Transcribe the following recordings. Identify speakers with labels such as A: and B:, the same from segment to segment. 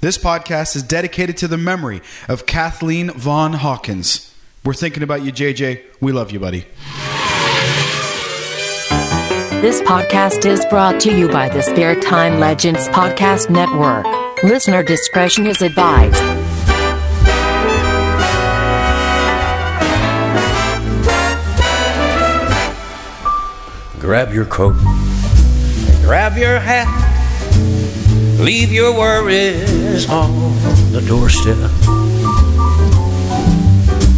A: This podcast is dedicated to the memory of Kathleen Vaughn Hawkins. We're thinking about you, JJ. We love you, buddy.
B: This podcast is brought to you by the Spare Time Legends Podcast Network. Listener discretion is advised.
C: Grab your coat. Grab your hat. Leave your worries on the doorstep.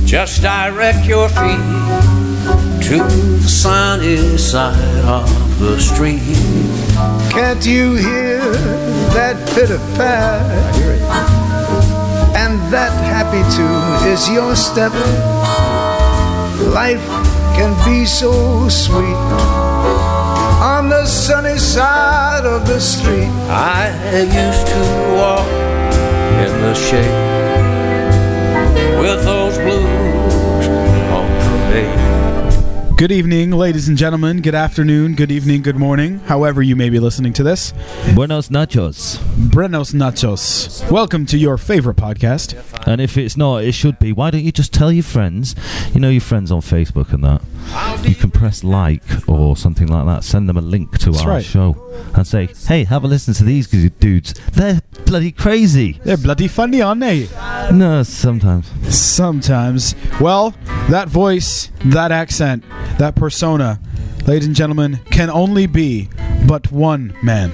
C: Just direct your feet to the sunny side of the street.
D: Can't you hear that pitter pat?
C: Hear it.
D: And that happy tune is your step. Life can be so sweet on the sunny side of the street.
C: I used to walk in the shade with those blues on parade.
A: Good evening, ladies and gentlemen. Good afternoon, good evening, good morning, however you may be listening to this.
E: Buenos nachos.
A: Brenos Nachos. Welcome to your favorite podcast.
E: And if it's not, it should be. Why don't you just tell your friends? You know your friends on Facebook and that. You can press like or something like that. Send them a link to
A: That's
E: our
A: right.
E: show and say, "Hey, have a listen to these g- dudes. They're bloody crazy."
A: They're bloody funny, aren't they?
E: No, sometimes.
A: Sometimes. Well, that voice, that accent, that persona, ladies and gentlemen, can only be but one man.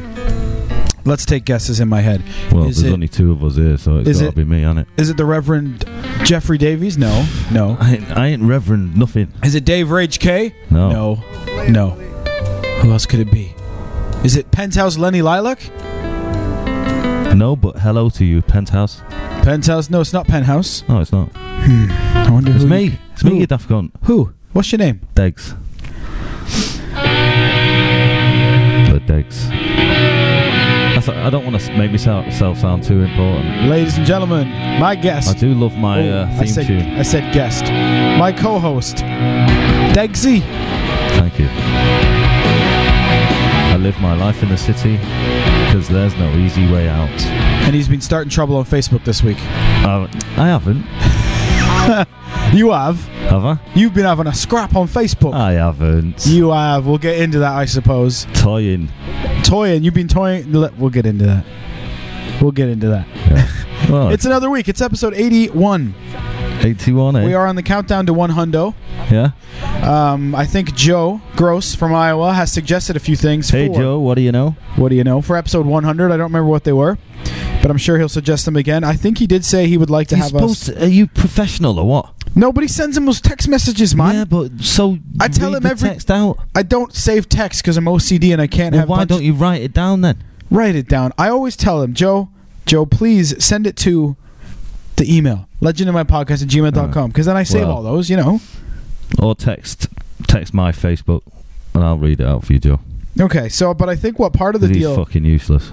A: Let's take guesses in my head.
E: Well,
A: is,
E: there's
A: it,
E: only two of us here, so
A: is
E: it's got
A: it-
E: to be me, hasn't it?
A: is it the Reverend Jeffrey Davies? No, no.
E: I ain't, I ain't Reverend nothing.
A: Is it Dave Rage K?
E: No.
A: No. No. Who else could it be? Is it Penthouse Lenny Lilac?
E: No, but hello to you, penthouse.
A: Penthouse? No, it's not Penthouse.
E: No, it's not.
A: I wonder
E: It's
A: who.
E: me.
A: you-
E: it's me,
A: who?
E: you daft cunt.
A: Who? What's your name?
E: Degs. The Degs. I, th- I don't want to make myself sound too important.
A: Ladies and gentlemen, my guest.
E: I do love my
A: Oh,
E: uh,
A: I
E: theme
A: said,
E: tune.
A: I said guest. My co-host, Degsy.
E: Thank you. I live my life in the city because there's no easy way out.
A: And he's been starting trouble on Facebook this week.
E: Uh, I haven't,
A: You have.
E: have I?
A: You've been having a scrap on Facebook.
E: I haven't.
A: you have. We'll get into that, I suppose.
E: toying.
A: Toying. You've been toying. le- We'll get into that. We'll get into that.
E: Well,
A: It's
E: it's
A: another week. It's episode 81.
E: 81, eh?
A: We are on the countdown to one hundo.
E: yeah.
A: Um, I think Joe Gross from Iowa has suggested a few things.
E: Hey,
A: for-
E: Joe, what do you know?
A: What do you know? For episode 100, I don't remember what they were, but I'm sure he'll suggest them again. I think he did say he would like to
E: You're
A: have us.
E: supposed to- are you professional or what?
A: No, but he sends him those text messages, man.
E: Yeah, but so
A: I tell
E: read
A: him
E: the
A: every-
E: text out.
A: I don't save text because I'm OCD and I can't
E: Well,
A: have.
E: why
A: bunch-
E: don't you write it down then?
A: write it down? I always tell him, Joe, Joe, please send it to the email legend of my podcast at gmail.com because then I save
E: Uh, well.
A: all those, you know.
E: Or text text my Facebook and I'll read it out for you, Joe.
A: Okay, so but I think what part of the
E: He's
A: deal?
E: fucking useless.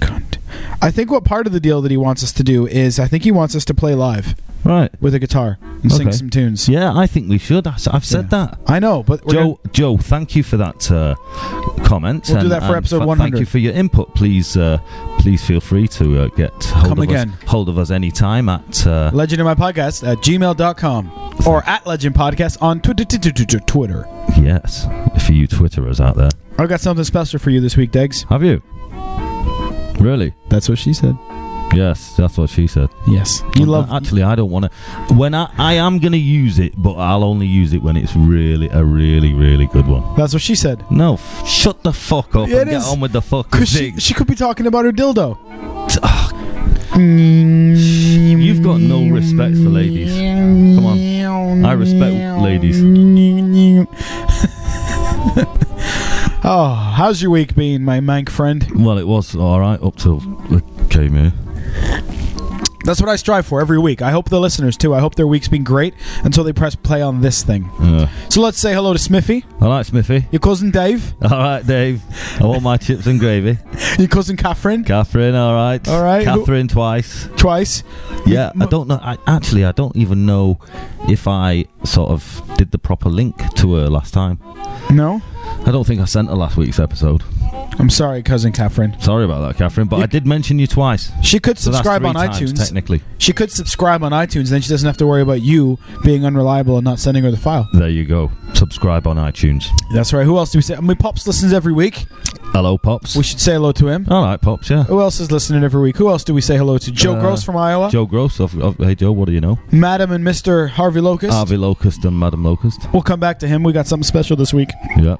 A: Cunt. I think what part of the deal that he wants us to do is I think he wants us to play live
E: Right.
A: with a guitar and sing
E: Okay.
A: some tunes.
E: Yeah, I think we should. I s- I've said
A: Yeah.
E: that.
A: I know, but we're
E: Joe, Joe, thank you for that uh, comment.
A: We'll do
E: and-
A: that for
E: and
A: episode
E: fa-
A: 100.
E: Thank you for your input. Please, uh, please feel free to uh, get hold
A: Come
E: of
A: again.
E: us. Hold of us anytime at uh,
A: Legend of My Podcast at gmail.com or at Legend Podcast on Twitter- Twitter. Twitter- Twitter.
E: yes for you Twitterers out there.
A: I've got something special for you this week, Degs.
E: Have you? Really?
A: That's what she said.
E: Yes, that's what she said.
A: Yes. You
E: Well,
A: love.
E: Actually, I don't want to. When I, I am going to use it, but I'll only use it when it's really a really really good one.
A: That's what she said.
E: No, f- shut the fuck up
A: Yeah,
E: and
A: it
E: get
A: is.
E: on with the fuck
A: Because she,
E: things.
A: she could be talking about her dildo.
E: You've got no respect for ladies. Come on. I respect ladies.
A: oh, how's your week been, my mank friend?
E: Well, it was all right up till it came here.
A: That's what I strive for every week. I hope the listeners, too. I hope their week's been great until they press play on this thing.
E: Yeah.
A: So let's say hello to Smithy,
E: Uh, All right, Smithy.
A: your cousin Dave,
E: All right, Dave. I want my chips and gravy.
A: your cousin Catherine,
E: Catherine, all right.
A: All right, who-
E: Catherine twice.
A: twice.
E: Yeah, I
A: Mo-
E: don't know. I, actually, I don't even know if I sort of did the proper link to her last time.
A: No?
E: I don't think I sent her last week's episode.
A: I'm sorry, cousin Catherine.
E: Sorry about that, Catherine, but
A: You-
E: I did mention you twice.
A: She could
E: So that's
A: subscribe
E: three
A: on
E: times,
A: iTunes.
E: Technically,
A: She could subscribe on iTunes, and then she doesn't have to worry about you being unreliable and not sending her the file.
E: there you go. Subscribe on iTunes.
A: That's right. Who else do we say? I mean, Pops listens every week.
E: Hello, pops.
A: We should say hello to him.
E: All right, pops. Yeah.
A: Who else is listening every week? Who else do we say hello to? Joe
E: Uh,
A: Gross from Iowa.
E: Joe Gross. Of, of, hey, Joe. What do you know?
A: Madam and Mr. Harvey Locust.
E: Harvey Locust and Madam Locust.
A: we'll come back to him. We got something special this week.
E: Yeah.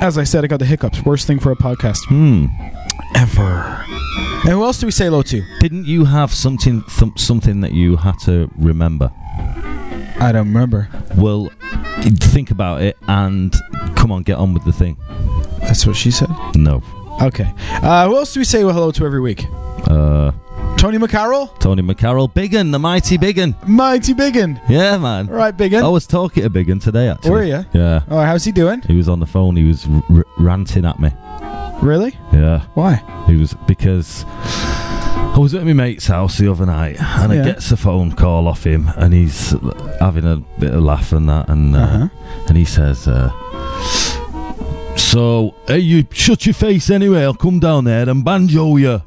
A: As I said, I got the hiccups. Worst thing for a podcast
E: Hmm.
A: ever. And who else do we say hello to?
E: Didn't you have something th- something that you had to remember?
A: I don't remember.
E: Well, think about it and come on, get on with the thing.
A: That's what she said.
E: No.
A: Okay. Uh, who else do we say hello to every week?
E: Uh,
A: Tony McCarroll?
E: Tony McCarroll, Biggin, the mighty Biggin.
A: Mighty Biggin.
E: Yeah, man.
A: All right, Biggin.
E: I was talking to Biggin today, actually.
A: Were ya?
E: Yeah.
A: Oh, how's he doing?
E: He was on the phone. He was r- r- ranting at me.
A: Really?
E: Yeah.
A: Why?
E: He was because I was at my mate's house the other night, and
A: Yeah.
E: I gets a phone call off him, and he's having a bit of laugh and that, and uh,
A: Uh-huh.
E: and he says, uh, "So, hey, you shut your face anyway. I'll come down there and banjo you."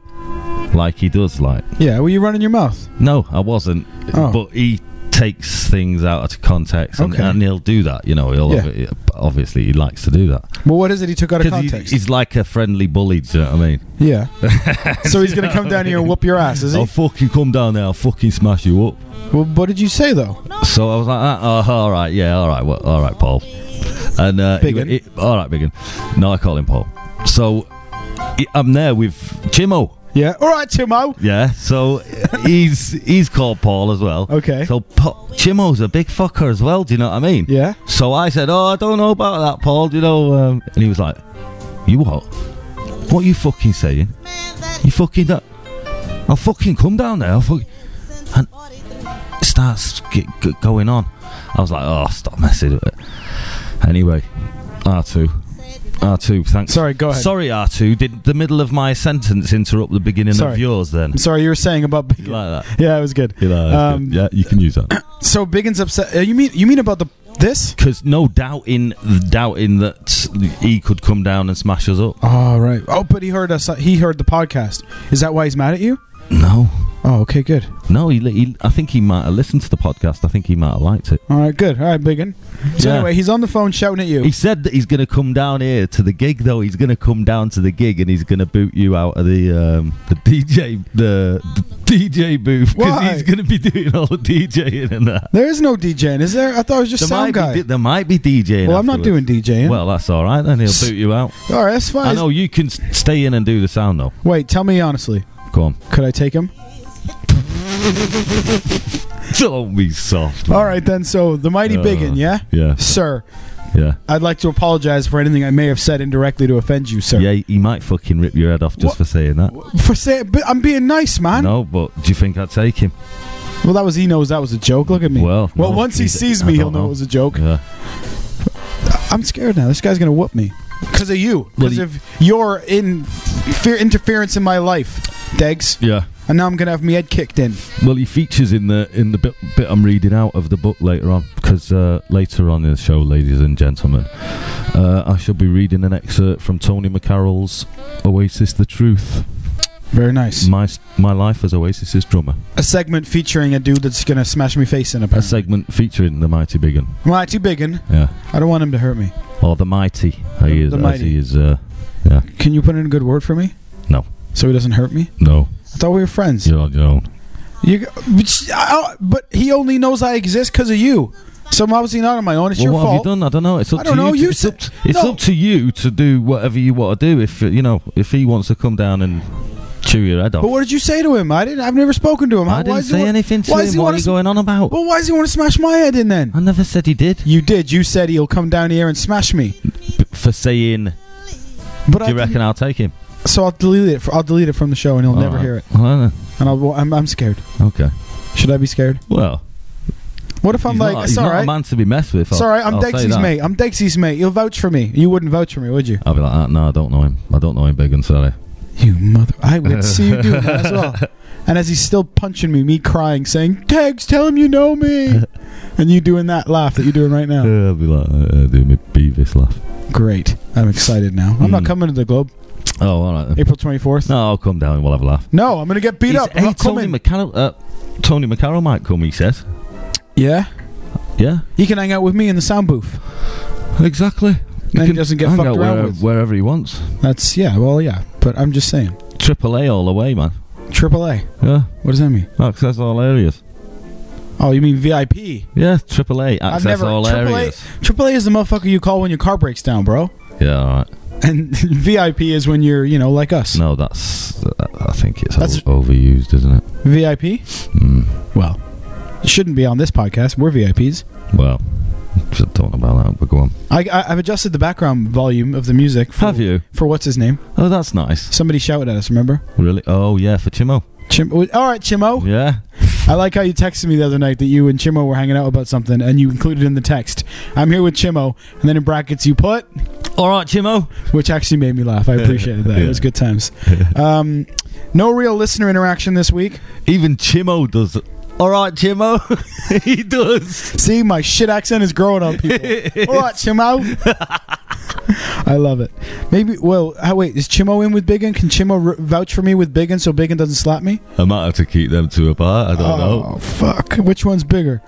E: Like he does, like
A: Yeah, were you running your mouth?
E: no, I wasn't,
A: Oh.
E: but he takes things out of context, and,
A: Okay.
E: and he'll do that. You know, he'll
A: Yeah.
E: obvi- obviously he likes to do that
A: Well, what is it he took out of
E: 'Cause he-
A: context?
E: he's like a friendly bully. Do you know what I mean?
A: yeah. so he's going to come down here and whoop your ass, is he?
E: I'll fucking come down there. I'll fucking smash you up.
A: Well, what did you say, though?
E: So I was like, ah, oh, all right, yeah, all right, well, all right, Paul. And uh, he
A: Biggin.
E: went, "It- all right, Biggin. No, I call him Paul. So he- I'm there with Chimo.
A: Yeah. All right, Timo.
E: Yeah, so he's he's called Paul as well.
A: Okay.
E: So Pa- Chimo's a big fucker as well. Do you know what I mean?
A: Yeah.
E: So I said, oh, I don't know about that, Paul. You know, um, and he was like, you what? What you fucking saying? You fucking that? I'll fucking come down there. I'll fuck. And it starts g- g- going on. I was like, oh, stop messing with it. Anyway, R two, R two. Thanks.
A: Sorry, go ahead.
E: Sorry, R two. Did the middle of my sentence interrupt the beginning
A: Sorry.
E: of yours? Then
A: I'm sorry, you were saying about
E: you
A: Biggin.
E: like that?
A: Yeah, it was good.
E: You like that? That's
A: Um,
E: good. yeah, you can use that.
A: So Biggin's upset. Uh, you mean you mean about the this?
E: Because no doubting, doubting that he could come down and smash us up.
A: Oh right. Oh, but he heard us. He heard the podcast. Is that why he's mad at you?
E: No,
A: Oh, okay, good.
E: no. He, he, I think he might have listened to the podcast. I think he might have liked it.
A: All right, good. All right, Biggin. So
E: Yeah.
A: anyway, he's on the phone shouting at you.
E: He said that he's going to come down here to the gig, though. He's going to come down to the gig and he's going to boot you out of the um, the DJ the, the DJ booth because
A: Why?
E: he's going to be doing all the DJing and that.
A: there is no DJing, is there? I thought it was just
E: might
A: sound guy.
E: Be, there might be DJing.
A: well, I'm not doing
E: afterwards.
A: DJing.
E: Well, that's all right. Then he'll boot you out.
A: all right, that's fine.
E: I know you can s- stay in and do the sound though.
A: Wait, tell me honestly.
E: Go on.
A: Could I take him?
E: Don't be soft.
A: All right then. So the mighty
E: Uh,
A: Biggin, yeah,
E: yeah.
A: sir.
E: Yeah.
A: I'd like to apologize for anything I may have said indirectly to offend you, sir.
E: Yeah, he might fucking rip your head off just
A: What?
E: for saying that.
A: For say, but I'm being nice, man.
E: No, but do you think I'd take him?
A: Well, that was he knows that was a joke. Look at me.
E: Well,
A: well,
E: no,
A: once he
E: he's-
A: sees
E: I
A: me,
E: don't
A: he'll know.
E: know.
A: it was a joke.
E: Yeah.
A: I'm scared now. This guy's gonna whoop me because of you.
E: Well,
A: Because
E: he-
A: of your in fear interference in my life, Degs.
E: Yeah.
A: And now I'm gonna have my head kicked in.
E: Well, he features in the in the bit, bit I'm reading out of the book later on, because uh, later on in the show, ladies and gentlemen, uh, I shall be reading an excerpt from Tony McCarroll's Oasis: The Truth.
A: Very nice.
E: My s- my life as Oasis's drummer.
A: A segment featuring a dude that's gonna smash me face in.
E: A
A: Apparently,
E: segment featuring the Mighty Biggin.
A: mighty biggin.
E: Yeah.
A: I don't want him to hurt me.
E: Or the Mighty. How he
A: The-
E: is.
A: the
E: as
A: Mighty.
E: he is. Uh,
A: Can you put in a good word for me?
E: No.
A: So he doesn't hurt me.
E: no,
A: I thought we were friends.
E: you're on your own.
A: You, but, I- I- but he only knows I exist because of you. So I'm obviously not on my own. It's
E: well,
A: your
E: what
A: fault.
E: have you done? I don't know. It's up
A: I don't
E: to
A: know.
E: you.
A: You
E: to, it's
A: said-
E: up to, it's
A: No.
E: up to you to do whatever you want to do. If uh, you know, if he wants to come down and chew your head off.
A: But what did you say to him? I didn't. I've never spoken to him. How-
E: I
A: why
E: didn't
A: does he
E: say
A: wa-
E: anything to
A: why does
E: him.
A: he
E: What
A: want
E: are
A: to
E: you
A: sm-
E: going on about?
A: Well, why does he want to smash my head in then?
E: I never said he did.
A: You did. You said he'll come down here and smash me.
E: B- for saying, do
A: But I
E: you reckon I'll take him?
A: didn't- so I'll delete it. For, I'll delete it from the show, and he'll never
E: Alright.
A: hear it.
E: Well,
A: And I'll, I'm, I'm scared.
E: then, okay.
A: Should I be scared?
E: Well,
A: What if I'm
E: he's
A: like,
E: not,
A: it's
E: he's
A: all
E: not a
A: right,
E: man to be messed with. I'll-
A: it's all right. I'm
E: I'll say
A: Dexy's
E: that.
A: mate. I'm Dexy's mate. You'll vouch for me. You wouldn't vouch for me, would you?
E: I'll be like, ah, no, I don't know him. I don't know him, big and sorry.
A: You mother! I would see you do that as well. And as he's still punching me, me crying, saying, "Degs, tell him you know me," and you doing that laugh that you're doing right now.
E: I'll be like, uh, do me Beavis laugh.
A: Great. I'm excited now. I'm not
E: Mm.
A: coming to the Globe.
E: Oh, all right. Then.
A: April 24th.
E: No, I'll come down and we'll have a laugh.
A: No, I'm going to get beat
E: He's-
A: up. I'm
E: hey,
A: not
E: Tony
A: coming.
E: McCarroll. Uh, Tony McCarroll might come. He says.
A: yeah?
E: Yeah,
A: He can hang out with me in the sound booth.
E: exactly.
A: Then he doesn't get
E: hang
A: fucked
E: out
A: around
E: wherever,
A: with.
E: wherever he wants.
A: That's, yeah, well, yeah. But I'm just saying.
E: Triple A all the way, man.
A: Triple A.
E: Yeah,
A: What does that mean?
E: access all areas.
A: Oh, you mean VIP?
E: Yeah, triple A
A: I've
E: access
A: never-
E: all
A: AAA
E: areas.
A: AAA is the motherfucker you call when your car breaks down, bro.
E: Yeah, all right.
A: And VIP is when you're, you know, like us.
E: No, that's. uh, I think it's
A: That's-
E: o- overused, isn't it?
A: VIP?
E: Mm.
A: Well, it shouldn't be on this podcast. We're VIPs.
E: Well, just talking about that, but go on.
A: I, I, I've adjusted the background volume of the music. For,
E: Have you?
A: For what's his name?
E: Oh, that's nice.
A: Somebody shouted at us, remember?
E: Really? Oh, yeah, for Chimo.
A: Chim- All right, Chimo.
E: Yeah.
A: I like how you texted me the other night that you and Chimo were hanging out about something, and you included in the text, "I'm here with Chimo," and then in brackets you put,
E: All right, Chimo.
A: which actually made me laugh. I appreciated that. It was good times. Um, no real listener interaction this week.
E: Even Chimo does. it. All right, Chimo. he does.
A: See, my shit accent is growing on people. All right, Chimo. I love it. Maybe. Well, ah, wait. Is Chimo in with Biggin? Can Chimo r- vouch for me with Biggin so Biggin doesn't slap me?
E: I might have to keep them two apart. I don't know.
A: Oh fuck! Which one's bigger?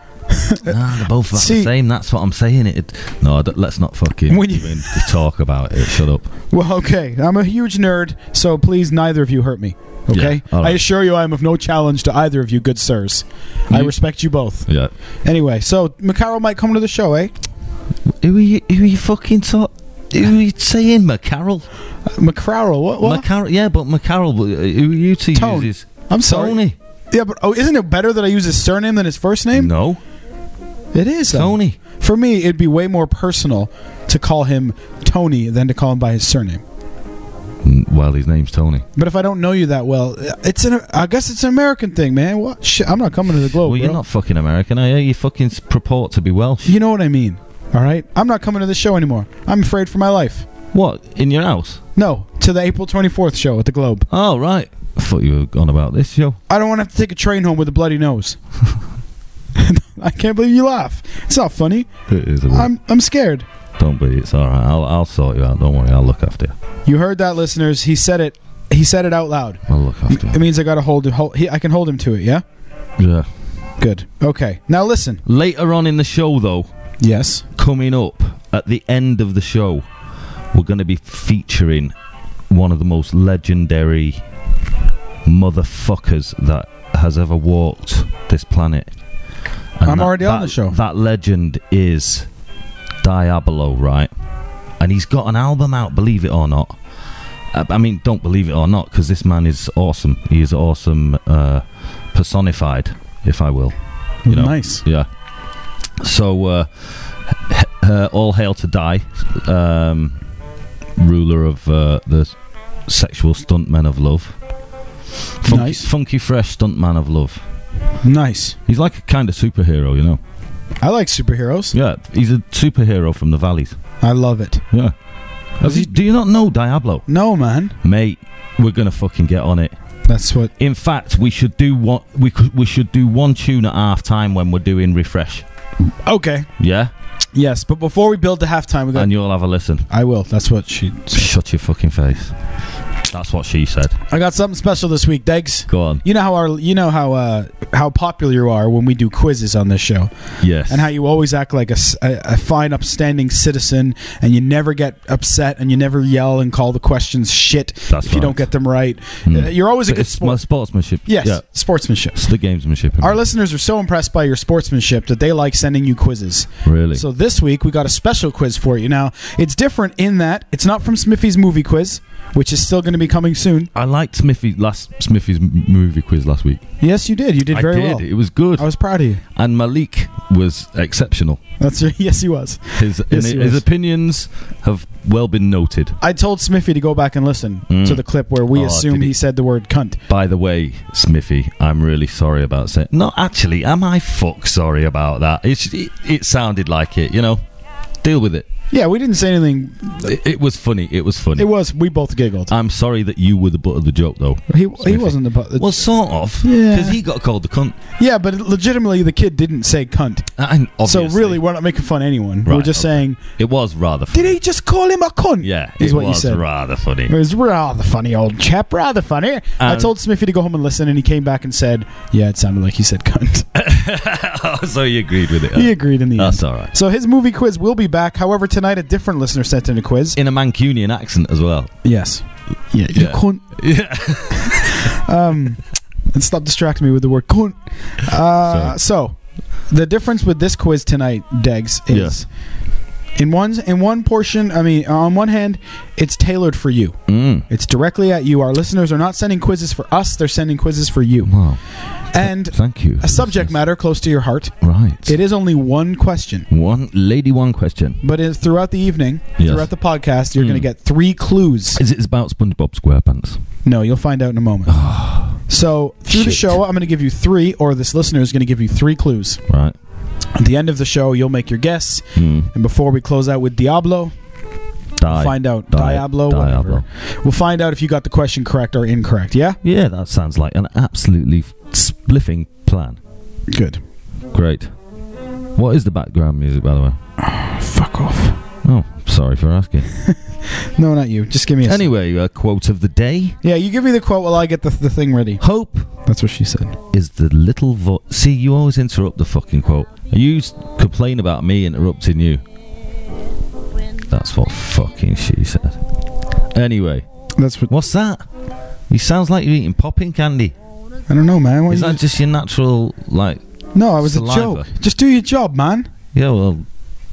E: Nah, they're both about
A: Uh, See-
E: the same. That's what I'm saying. It. No, I don't- let's not fucking
A: When you-
E: even talk about it. Shut up.
A: Well, okay. I'm a huge nerd, so please neither of you hurt me. Okay?
E: Yeah, all
A: I
E: right.
A: assure you I am of no challenge to either of you, good sirs. I
E: You-
A: respect you both.
E: Yeah.
A: Anyway, so Macaro might come to the show, eh?
E: Who are you? Who are you fucking talk? Who are you saying, McCarroll?
A: Macaro, what? what?
E: McCarroll, yeah, but McCarroll. but, uh, Who are you to
A: Tone.
E: use? his-
A: I'm sorry.
E: Tony.
A: Yeah, but oh, isn't it better that I use his surname than his first name?
E: No,
A: It is. though.
E: Tony.
A: For me, it'd be way more personal to call him Tony than to call him by his surname.
E: Mm, Well, his name's Tony.
A: But if I don't know you that well, it's an I guess it's an American thing, man. What? Shit, I'm not coming to the globe.
E: well, you're
A: Oh, bro.
E: not fucking American, are you? You fucking s- purport to be Welsh.
A: You know what I mean, all right? I'm not coming to this show anymore. I'm afraid for my life.
E: What in your house?
A: No, to the April 24th show at the Globe.
E: Oh right. I thought you were on about this show.
A: I don't want to have to take a train home with a bloody nose. I can't believe you laugh. It's not funny.
E: It is a bit-
A: I'm, I'm scared.
E: Don't be. It's all right. I'll, I'll sort you out. Don't worry. I'll look after you.
A: You heard that, listeners. He said it. He said it out loud.
E: I'll look after
A: It
E: you.
A: means I got to hold him. Hold, he, I can hold him to it. Yeah.
E: Yeah.
A: Good. Okay. Now listen.
E: Later on in the show, though,
A: Yes.
E: coming up at the end of the show, we're going to be featuring one of the most legendary motherfuckers that has ever walked this planet.
A: I'm already on
E: that-
A: the show.
E: That legend is Diablo, right? And he's got an album out, believe it or not. Uh, I mean, don't believe it or not, because this man is awesome. He is awesome, uh, personified, if I will. You know.
A: Nice.
E: Yeah. So, uh, h- uh, all hail to Die, um, ruler of uh, the s- sexual stuntmen of love. Funky,
A: Nice.
E: funky fresh stuntman of love.
A: Nice.
E: He's like a kind of superhero, you know.
A: I like superheroes.
E: Yeah, he's a superhero from the valleys.
A: I love it.
E: Yeah. Have
A: he-
E: you- do you not know Diablo,
A: No, man.
E: mate? We're gonna fucking get on it.
A: That's what.
E: In fact, we should do what we could, we should do one tune at half time when we're doing refresh.
A: Okay.
E: Yeah,
A: Yes, but before we build to halftime, we got.
E: and you'll have a listen.
A: I will. That's what she.
E: Shut your fucking face. That's what she said.
A: I got something special this week, Degs.
E: Go on.
A: You know how our you know how uh, how popular you are when we do quizzes on this show,
E: Yes.
A: and how you always act like a, s- a- a fine, upstanding citizen, and you never get upset, and you never yell and call the questions shit
E: That's
A: if you don't
E: right.
A: get them right.
E: Mm.
A: Uh, you're always a good
E: it's my
A: sport.
E: sportsmanship.
A: Yes,
E: Yeah.
A: sportsmanship.
E: It's the gamesmanship. in
A: Our
E: me.
A: listeners are so impressed by your sportsmanship that they like sending you quizzes.
E: really.
A: So this week we got a special quiz for you. Now it's different in that it's not from Smithy's movie quiz, which is still going to be coming soon.
E: I liked Smithy last Smithy's m- movie quiz last week.
A: Yes, you did. You did
E: I
A: very
E: did.
A: well. Oh.
E: It was good.
A: I was proud of you.
E: and Malik was exceptional.
A: That's yes, he was.
E: His
A: Yes, he
E: and
A: was.
E: his opinions have well been noted.
A: I told Smithy to go back and listen
E: Mm.
A: to the clip where we
E: Oh,
A: assume
E: did he-
A: he said the word cunt.
E: By the way, Smithy, I'm really sorry about saying. No, actually, am I fuck sorry about that? It's, it, it sounded like it, you know. Deal with it.
A: Yeah, we didn't say anything.
E: It, it was funny. It was funny.
A: It was we both giggled.
E: I'm sorry that you were the butt of the joke, though.
A: he he
E: Uh, Smithy.
A: wasn't the. bu-
E: Well, sort of.
A: Yeah.
E: Because he got called the cunt.
A: yeah, but legitimately, the kid didn't say cunt.
E: And obviously,
A: So really, we're not making fun of anyone. we're
E: Right,
A: just
E: okay.
A: saying,
E: it was rather
A: did
E: funny.
A: he just call him a cunt?
E: Yeah,
A: is
E: it
A: what
E: was
A: you said.
E: rather funny.
A: It was rather funny, old chap. Rather funny. I
E: Um,
A: told Smithy to go home and listen, and he came back and said, "Yeah, it sounded like he said cunt."
E: Oh, so you agreed with it.
A: he
E: huh?
A: agreed in the
E: That's
A: end.
E: all right.
A: So his movie quiz will be back. However, tonight a different listener sent in a quiz.
E: In a Mancunian accent as well.
A: yes. Yeah. You
E: Yeah.
A: cunt.
E: Yeah.
A: um, and stop distracting me with the word cunt. Uh, so, the difference with this quiz tonight, Degs, is in one in one portion. I mean, on one hand, it's tailored for you.
E: Mm.
A: It's directly at you. Our listeners are not sending quizzes for us; they're sending quizzes for you.
E: Wow.
A: And
E: Thank you.
A: a subject matter close to your heart.
E: Right.
A: It is only one question.
E: one lady, one question.
A: But it's throughout the evening,
E: Yes.
A: throughout the podcast, you're
E: Mm.
A: going to get three clues.
E: Is it about SpongeBob SquarePants?
A: No, you'll find out in a moment. so, through the
E: Ah, Shit.
A: show, I'm going to give you three, or this listener is going to give you three clues.
E: Right.
A: At the end of the show, you'll make your guess.
E: Mm.
A: And before we close out with Diablo,
E: Die.
A: we'll find out.
E: Di-
A: Diablo, whatever.
E: Diablo.
A: We'll find out if you got the question correct or incorrect. Yeah?
E: Yeah, that sounds like an absolutely f- spliffing plan.
A: Good.
E: Great. What is the background music, by the way?
A: Fuck off.
E: Oh, sorry for asking.
A: No, not you. Just give me a.
E: Anyway, a quote of the day.
A: yeah, you give me the quote while I get the, the thing ready.
E: Hope
A: That's what she said.
E: is the little voice. See, you always interrupt the fucking quote. You s- complain about me interrupting you. That's what fucking she said. Anyway,
A: That's what.
E: what's that? You sounds like you're eating popping candy.
A: I don't know, man. What
E: Is
A: you
E: that just your natural, like,
A: just- no, it was
E: saliva?
A: a joke. Just do your job, man.
E: yeah, well,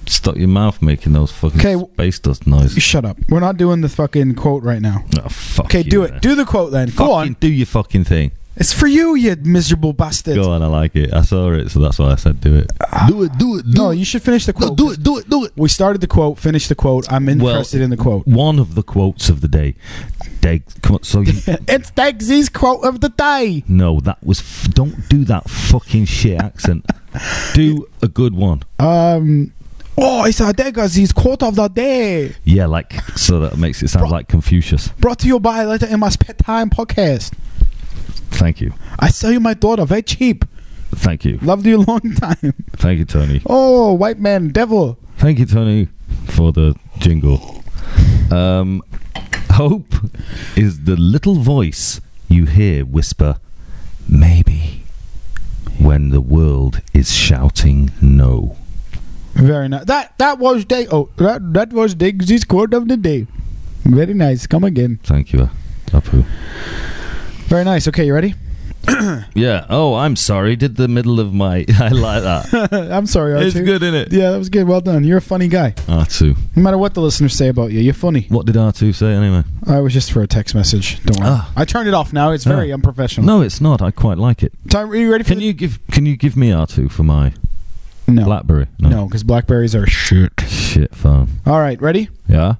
E: stop your mouth making those fucking
A: 'Kay, w-
E: space dust noises.
A: Shut up. We're not doing the fucking quote right now.
E: Oh, fuck
A: Okay,
E: you,
A: do
E: man.
A: it. Do the quote then.
E: fucking
A: Go on.
E: Do your fucking thing.
A: It's for you, you miserable bastard.
E: Go on, I like it. I saw it, so that's why I said do it. Do it, do it, do
A: No, you should finish the quote.
E: it, do it, do it.
A: We started the quote, finished the quote. I'm interested in the quote.
E: One of the quotes of the day. Day, come on, so you.
A: It's Degsy's quote of the day.
E: No, that was. F- don't do that fucking shit accent. do a good one.
A: Um, oh, it's a Degsy's quote of the day.
E: Yeah, like so that makes it sound like Confucius.
A: Brought to you by Letter in My Spare Time podcast.
E: Thank you,
A: I sell you my daughter very cheap.
E: thank you,
A: Loved you a long time.
E: thank you, Tony.
A: Oh, white man, devil.
E: Thank you, Tony, for the jingle. Um, hope is the little voice you hear whisper, maybe, when the world is shouting no.
A: Very nice. That that was day. Oh, that that was Degsy's quote of the day. Very nice. Come again.
E: Thank you, Apu.
A: Very nice. Okay, you ready?
E: Yeah. Oh, I'm sorry. Did the middle of my. I like that.
A: I'm sorry, R2.
E: it's good, isn't it?
A: Yeah, that was good. Well done. You're a funny guy.
E: R2.
A: No matter what the listeners say about you, you're funny.
E: What did R2 say anyway?
A: I was just for a text message. Don't worry.
E: Ah.
A: I turned it off now. It's very
E: Ah.
A: unprofessional.
E: No, it's not. I quite like it.
A: Time, are you ready for
E: Can you give Can you give me R2 for my
A: the- No.
E: BlackBerry?
A: no, because blackberries are shit.
E: Shit phone.
A: All right, ready?
E: Yeah.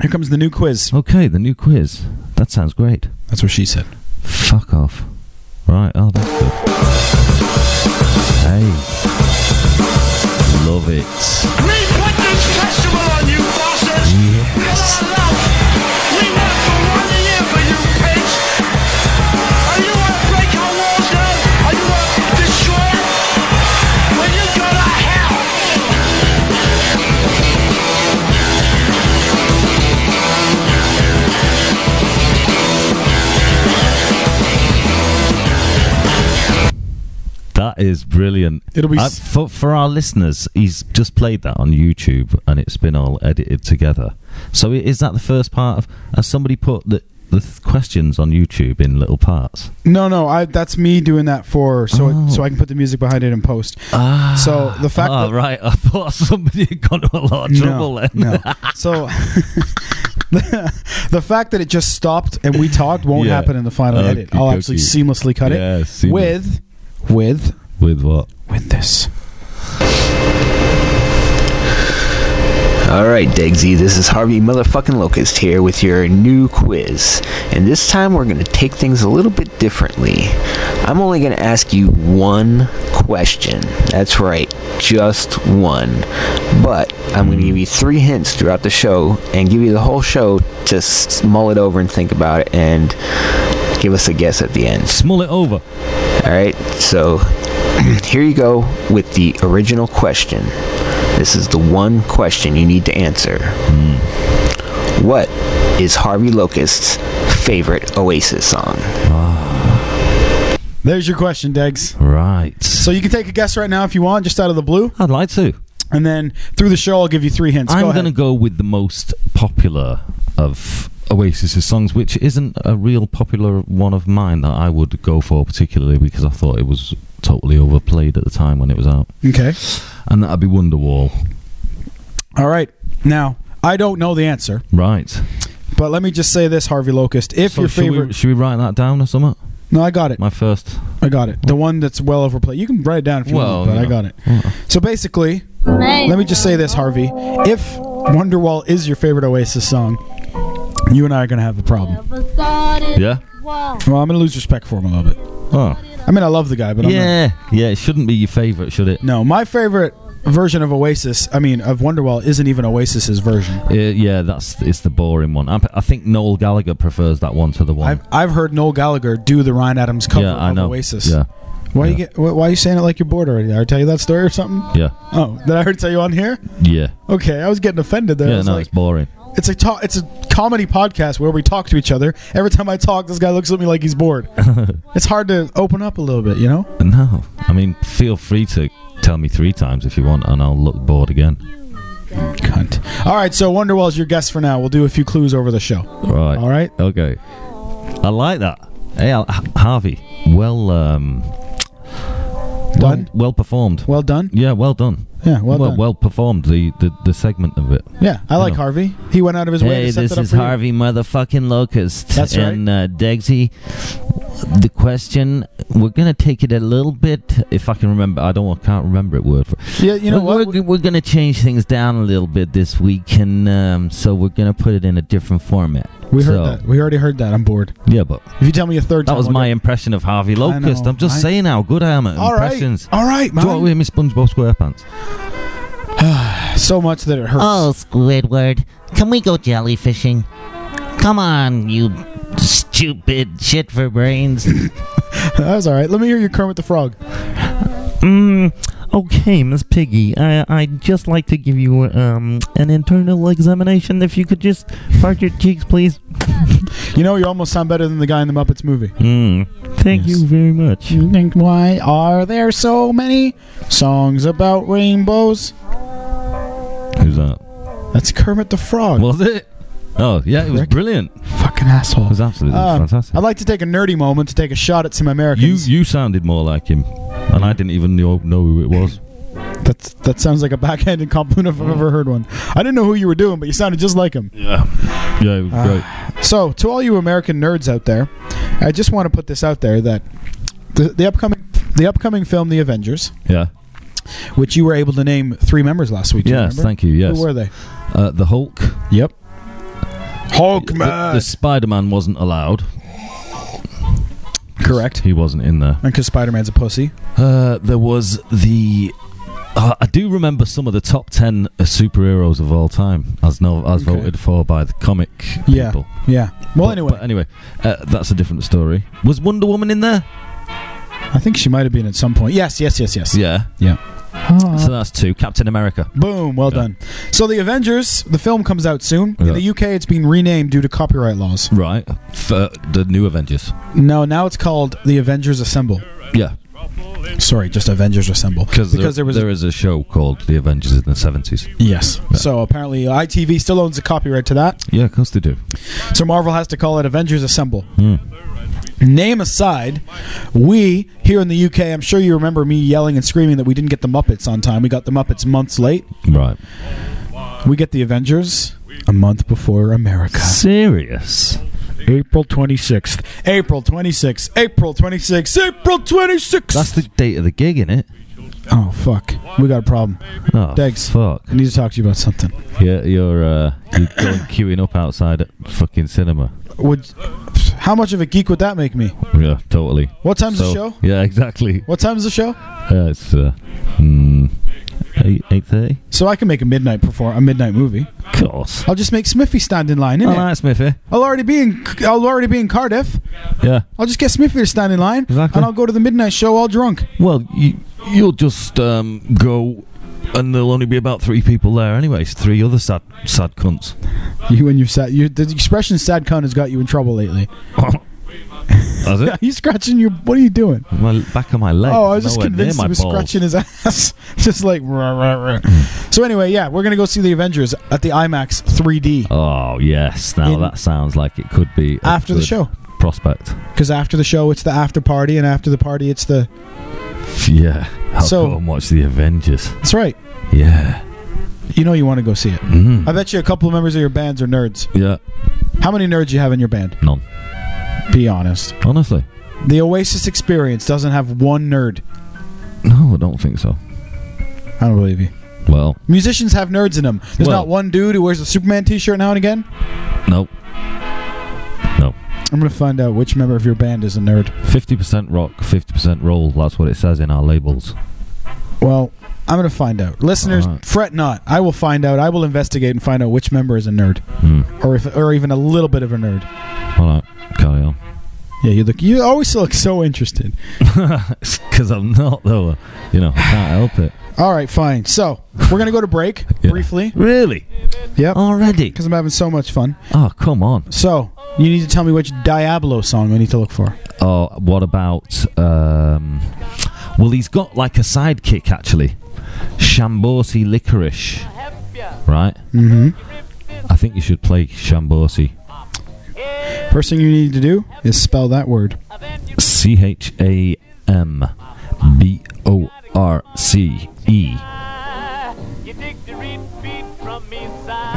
A: Here comes the new quiz.
E: Okay, the new quiz. That sounds great.
A: That's what she said.
E: Fuck off. Right, oh, that's good. Hey. Love it.
F: We put this festival on you, bosses. Yes. We worked for one year for you, pigs. Are you want to break our walls down? Are you want to destroy it? Well, you go to hell.
E: That is brilliant.
A: It'll be
E: I-
A: s-
E: for, for our listeners. He's just played that on YouTube, and it's been all edited together. So i- is that the first part of? Has somebody put the the th- questions on YouTube in little parts?
A: No, no, I, that's me doing that for so
E: Oh.
A: so I can put the music behind it and post.
E: Ah,
A: So the fact
E: Ah,
A: that-
E: right. I thought somebody had gone to a lot of trouble.
A: no,
E: then.
A: no. So the, the fact that it just stopped and we talked won't
E: Yeah. Uh,
A: happen in the final edit.
E: Okey
A: I'll actually
E: dokey.
A: seamlessly cut it
E: Yeah, seamless.
A: with with
E: With what?
A: with this.
G: All right, Degsy, this is Harvey Motherfucking Locust here with your new quiz. And this time we're going to take things a little bit differently. I'm only going to ask you one question. That's right, just one. But I'm going to give you three hints throughout the show and give you the whole show to s- mull it over and think about it and give us a guess at the end.
E: Smull it over.
G: All right, so here you go with the original question. This is the one question you need to answer. What is Harvey Locust's favorite Oasis song?
A: There's your question, Degs.
E: Right.
A: So you can take a guess right now if you want, just out of the blue,
E: I'd like to.
A: and then through the show I'll give you three hints.
E: I'm
A: go
E: going to
A: ahead.
E: go with the most popular of Oasis's songs, which isn't a real popular one of mine that I would go for particularly because I thought it was totally overplayed at the time when it was out,
A: Okay.
E: and that'd be Wonderwall.
A: All right. Now I don't know the answer,
E: Right.
A: but let me just say this, Harvey Locust. If
E: So
A: your
E: should we-
A: favorite,
E: should we write that down or something?
A: no, I got it.
E: My first.
A: I got it. The one that's well overplayed. You can write it down if you
E: Well,
A: want, but
E: you
A: I
E: know.
A: got it. So basically, let me just say this, Harvey. If Wonderwall is your favorite Oasis song, you and I are going to have a problem.
E: Yeah.
A: Well, I'm going to lose respect for him a little bit.
E: Oh.
A: I mean, I love the guy, but I'm not.
E: Yeah. Yeah. It shouldn't be your favorite, should it?
A: No, my favorite version of Oasis, I mean, of Wonderwall, isn't even Oasis's version.
E: Uh, yeah. That's it's the boring one. I, I think Noel Gallagher prefers that one to the one.
A: I've, I've heard Noel Gallagher do the Ryan Adams cover
E: yeah, I
A: of
E: know.
A: Oasis.
E: Yeah.
A: Why
E: yeah.
A: you get? Why, why are you saying it like you're bored already? Did I tell you that story or something?
E: Yeah.
A: Oh, did I already tell you on here?
E: Yeah.
A: Okay, I was getting offended there. I
E: Yeah.
A: was
E: No,
A: like,
E: it's boring.
A: It's a ta- it's a comedy podcast where we talk to each other. Every time I talk, this guy looks at me like he's bored. it's hard to open up a little bit, you know.
E: No. I mean, feel free to tell me three times if you want, and I'll look bored again.
A: Cunt. All right, so Wonderwall's your guest for now. We'll do a few clues over the show.
E: Right.
A: All right.
E: Okay. I like that. Hey, Al- H- Harvey. Well, um, well,
A: Done.
E: well performed.
A: Well done.
E: Yeah, well done.
A: Yeah. Well,
E: well,
A: done.
E: well performed. The, the the segment of it.
A: yeah, I like
E: No.
A: Harvey. He went out of his way
E: Hey,
A: to set
E: this
A: that up
E: is
A: for you.
E: Harvey motherfucking Locust.
A: That's right.
E: And uh, Degsy, the question, we're going to take it a little bit, if I can remember, I don't, I can't remember it word for
A: Yeah, you know
E: we're,
A: what?
E: We're, we're going to change things down a little bit this week, and um, so we're going to put it in a different format.
A: We heard
E: so,
A: that. We already heard that. I'm bored.
E: Yeah, but
A: If you tell me a third time,
E: that was
A: I'll
E: my
A: go-
E: impression of Harvey
A: know,
E: Locust. I'm just
A: I-
E: saying how good I am at
A: All right.
E: impressions.
A: All right,
E: Do you want
A: man.
E: to hear me SpongeBob SquarePants?
A: So much that it hurts.
H: Oh, Squidward, can we go jellyfishing? Come on, you stupid shit for brains.
A: that was all right. Let me hear you, Kermit the Frog.
H: Mm, okay, Miss Piggy, I, I'd just like to give you um, an internal examination. If you could just part your cheeks, please.
A: You know, you almost sound better than the guy in the Muppets movie.
E: Mm.
H: Thank
A: Yes.
H: you very much.
A: You think why are there so many songs about rainbows?
E: Who's that?
A: That's Kermit the Frog.
E: Was it? Oh, yeah, it was
A: Rick.
E: brilliant. It
A: Fucking asshole.
E: was absolutely
A: Uh,
E: fantastic.
A: I'd like to take a nerdy moment to take a shot at some
E: You
A: Americans.
E: you sounded more like him, and I didn't even know, know who it was.
A: That's, that sounds like a backhanded compliment if I've ever heard one. I didn't know who you were doing, but you sounded just like him.
E: Yeah, it was great.
A: So, to all you American nerds out there, I just want to put this out there that the, the upcoming the upcoming film, The Avengers,
E: Yeah,
A: which you were able to name three members last week. do you
E: yes,
A: remember?
E: thank you. Yes,
A: Who were they?
E: uh, the Hulk,
A: Yep. Hulk
E: the, the Spider Man wasn't allowed.
A: Correct.
E: He wasn't in there.
A: And because Spider Man's a pussy.
E: Uh, there was the. Uh, I do remember some of the top ten superheroes of all time, as no, as
A: Okay.
E: voted for by the comic
A: Yeah.
E: people.
A: Yeah. Well,
E: But-
A: anyway,
E: but anyway, uh, that's a different story. Was Wonder Woman in there?
A: I think she might have been at some point. Yes, yes, yes, yes.
E: Yeah,
A: Oh.
E: so that's two. Captain America.
A: Boom. Well
E: Yeah.
A: done. So, The Avengers, the film comes out soon.
E: Yeah.
A: In the UK, it's been renamed due to copyright laws.
E: Right, F- uh, the new Avengers.
A: No, now it's called The Avengers Assemble.
E: Yeah,
A: Sorry, just Avengers Assemble.
E: because there,
A: because there was
E: there is a show called The Avengers in the seventies.
A: Yes. So apparently ITV still owns the copyright to that.
E: Yeah, of course they do.
A: So Marvel has to call it Avengers Assemble.
E: Hmm.
A: Name aside, we here in the UK, I'm sure you remember me yelling and screaming that we didn't get the Muppets on time. We got the Muppets months late.
E: Right.
A: We get the Avengers a month before America.
E: Serious.
A: April 26th. April 26th. April 26th. April 26th.
E: That's the date of the gig, innit?
A: oh, fuck. We got a problem.
E: Oh,
A: Thanks.
E: Fuck.
A: I need to talk to you about something.
E: You're you're, uh, you're going queuing up outside at fucking cinema.
A: Would, how much of a geek would that make me?
E: Yeah, totally.
A: What time's
E: So-
A: the show?
E: Yeah, exactly.
A: What time's the show?
E: Uh, it's uh, mm, eight eight thirty.
A: So I can make a midnight perform a midnight movie.
E: Of course.
A: I'll just make Smithy stand in line,
E: All
A: innit?
E: right, Smithy.
A: I'll already be in I'll already be in Cardiff.
E: Yeah.
A: I'll just get Smithy to stand in line,
E: Exactly.
A: and I'll go to the midnight show all drunk.
E: Well, you you'll just um, go, and there'll only be about three people there anyway. It's three other sad sad cunts.
A: You and your sad, you, the expression "sad cunt" has got you in trouble lately.
E: That's
A: Are
E: it.
A: you scratching your? What are you doing?
E: my back of my leg.
A: oh, I was just
E: nowhere near
A: convinced he
E: my
A: was
E: balls.
A: scratching his ass, just like. Rah, rah, rah. So anyway, yeah, we're gonna go see the Avengers at the IMAX 3D
E: Oh yes, now
A: In-
E: that sounds like it could be a
A: after the
E: good
A: show,
E: prospect.
A: because after the show it's the after party, and after the party it's the.
E: Yeah, I'll
A: So-
E: go and watch the Avengers.
A: That's right.
E: Yeah,
A: You know you want to go see it.
E: mm.
A: I bet you a couple of members of your bands are nerds.
E: yeah,
A: How many nerds you have in your band?
E: none.
A: Be honest.
E: Honestly,
A: The Oasis experience doesn't have one nerd.
E: no, I don't think so.
A: I don't believe you.
E: Well,
A: Musicians have nerds in them. There's
E: Well-
A: not one dude who wears a Superman T-shirt now and again.
E: no,
A: I'm gonna find out which member of your band is a nerd.
E: fifty percent rock, fifty percent roll. That's what it says in our labels.
A: Well, I'm gonna find out. Listeners,
E: Alright.
A: fret not. I will find out. I will investigate and find out which member is a nerd,
E: Hmm.
A: or if, or even a little bit of a nerd.
E: All right, carry on.
A: Yeah, you look. You always look so interested.
E: Because I'm not though. You know, I can't help it.
A: All right, fine. So we're gonna go to break
E: Yeah.
A: briefly.
E: Really?
A: Yep.
E: Already?
A: Because I'm having so much fun.
E: Oh, come on.
A: So you need to tell me which Diablo song I need to look for.
E: Oh, what about? Um, well, he's got like a sidekick actually, Shamborsi Licorice, right?
A: Mm-hmm.
E: I think you should play Shamborsi.
A: First thing you need to do is spell that word.
E: C H A M B O R C E.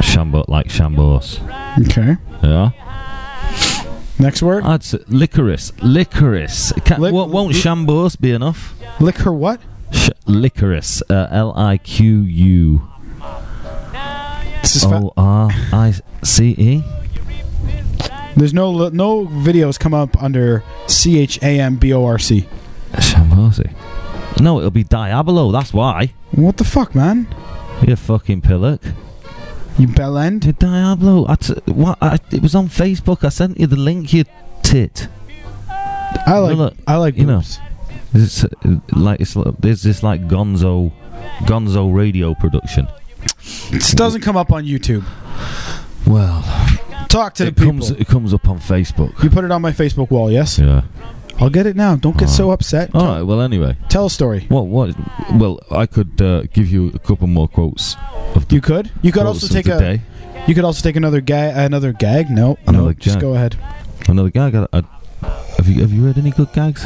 E: Shambor like Shambos.
A: Okay.
E: Yeah.
A: Next word.
E: I'd say licorice. Licorice. Can,
A: Lic-
E: won't won't
A: li-
E: Shambos be enough?
A: Lick her what?
E: Sh- licorice. Uh, L I Q U
A: This is fa-
E: O R I C E.
A: There's no no videos come up under C H A M B O R C.
E: Shambosi. No, it'll be Diabolo. That's why.
A: What the fuck, man?
E: You fucking pillock.
A: You bell end?
E: Did Diablo? I t- what? I, it was on Facebook. I sent you the link. You tit.
A: I like
E: look,
A: I like
E: you know.
A: boobs.
E: It's uh, like it's li- there's this like Gonzo, Gonzo radio production.
A: This doesn't come up on YouTube.
E: Well,
A: Talk to the
E: it
A: people.
E: comes it comes up on Facebook.
A: you put it on my Facebook wall, yes?
E: Yeah. Uh-huh. Oh.
A: I'll get it now. Don't get so
E: Alright.
A: upset.
E: All
A: Tell,
E: right. Well, anyway,
A: tell a story.
E: what what? Well, I could uh, give you a couple more quotes. Of the
A: You could. You could
E: quotes
A: also
E: of
A: take
E: the
A: a.
E: day.
A: You could also take another gag. Another gag. No. no.
E: Another
A: Just
E: gag.
A: go ahead.
E: Another gag. I, I- have you have you heard any good gags?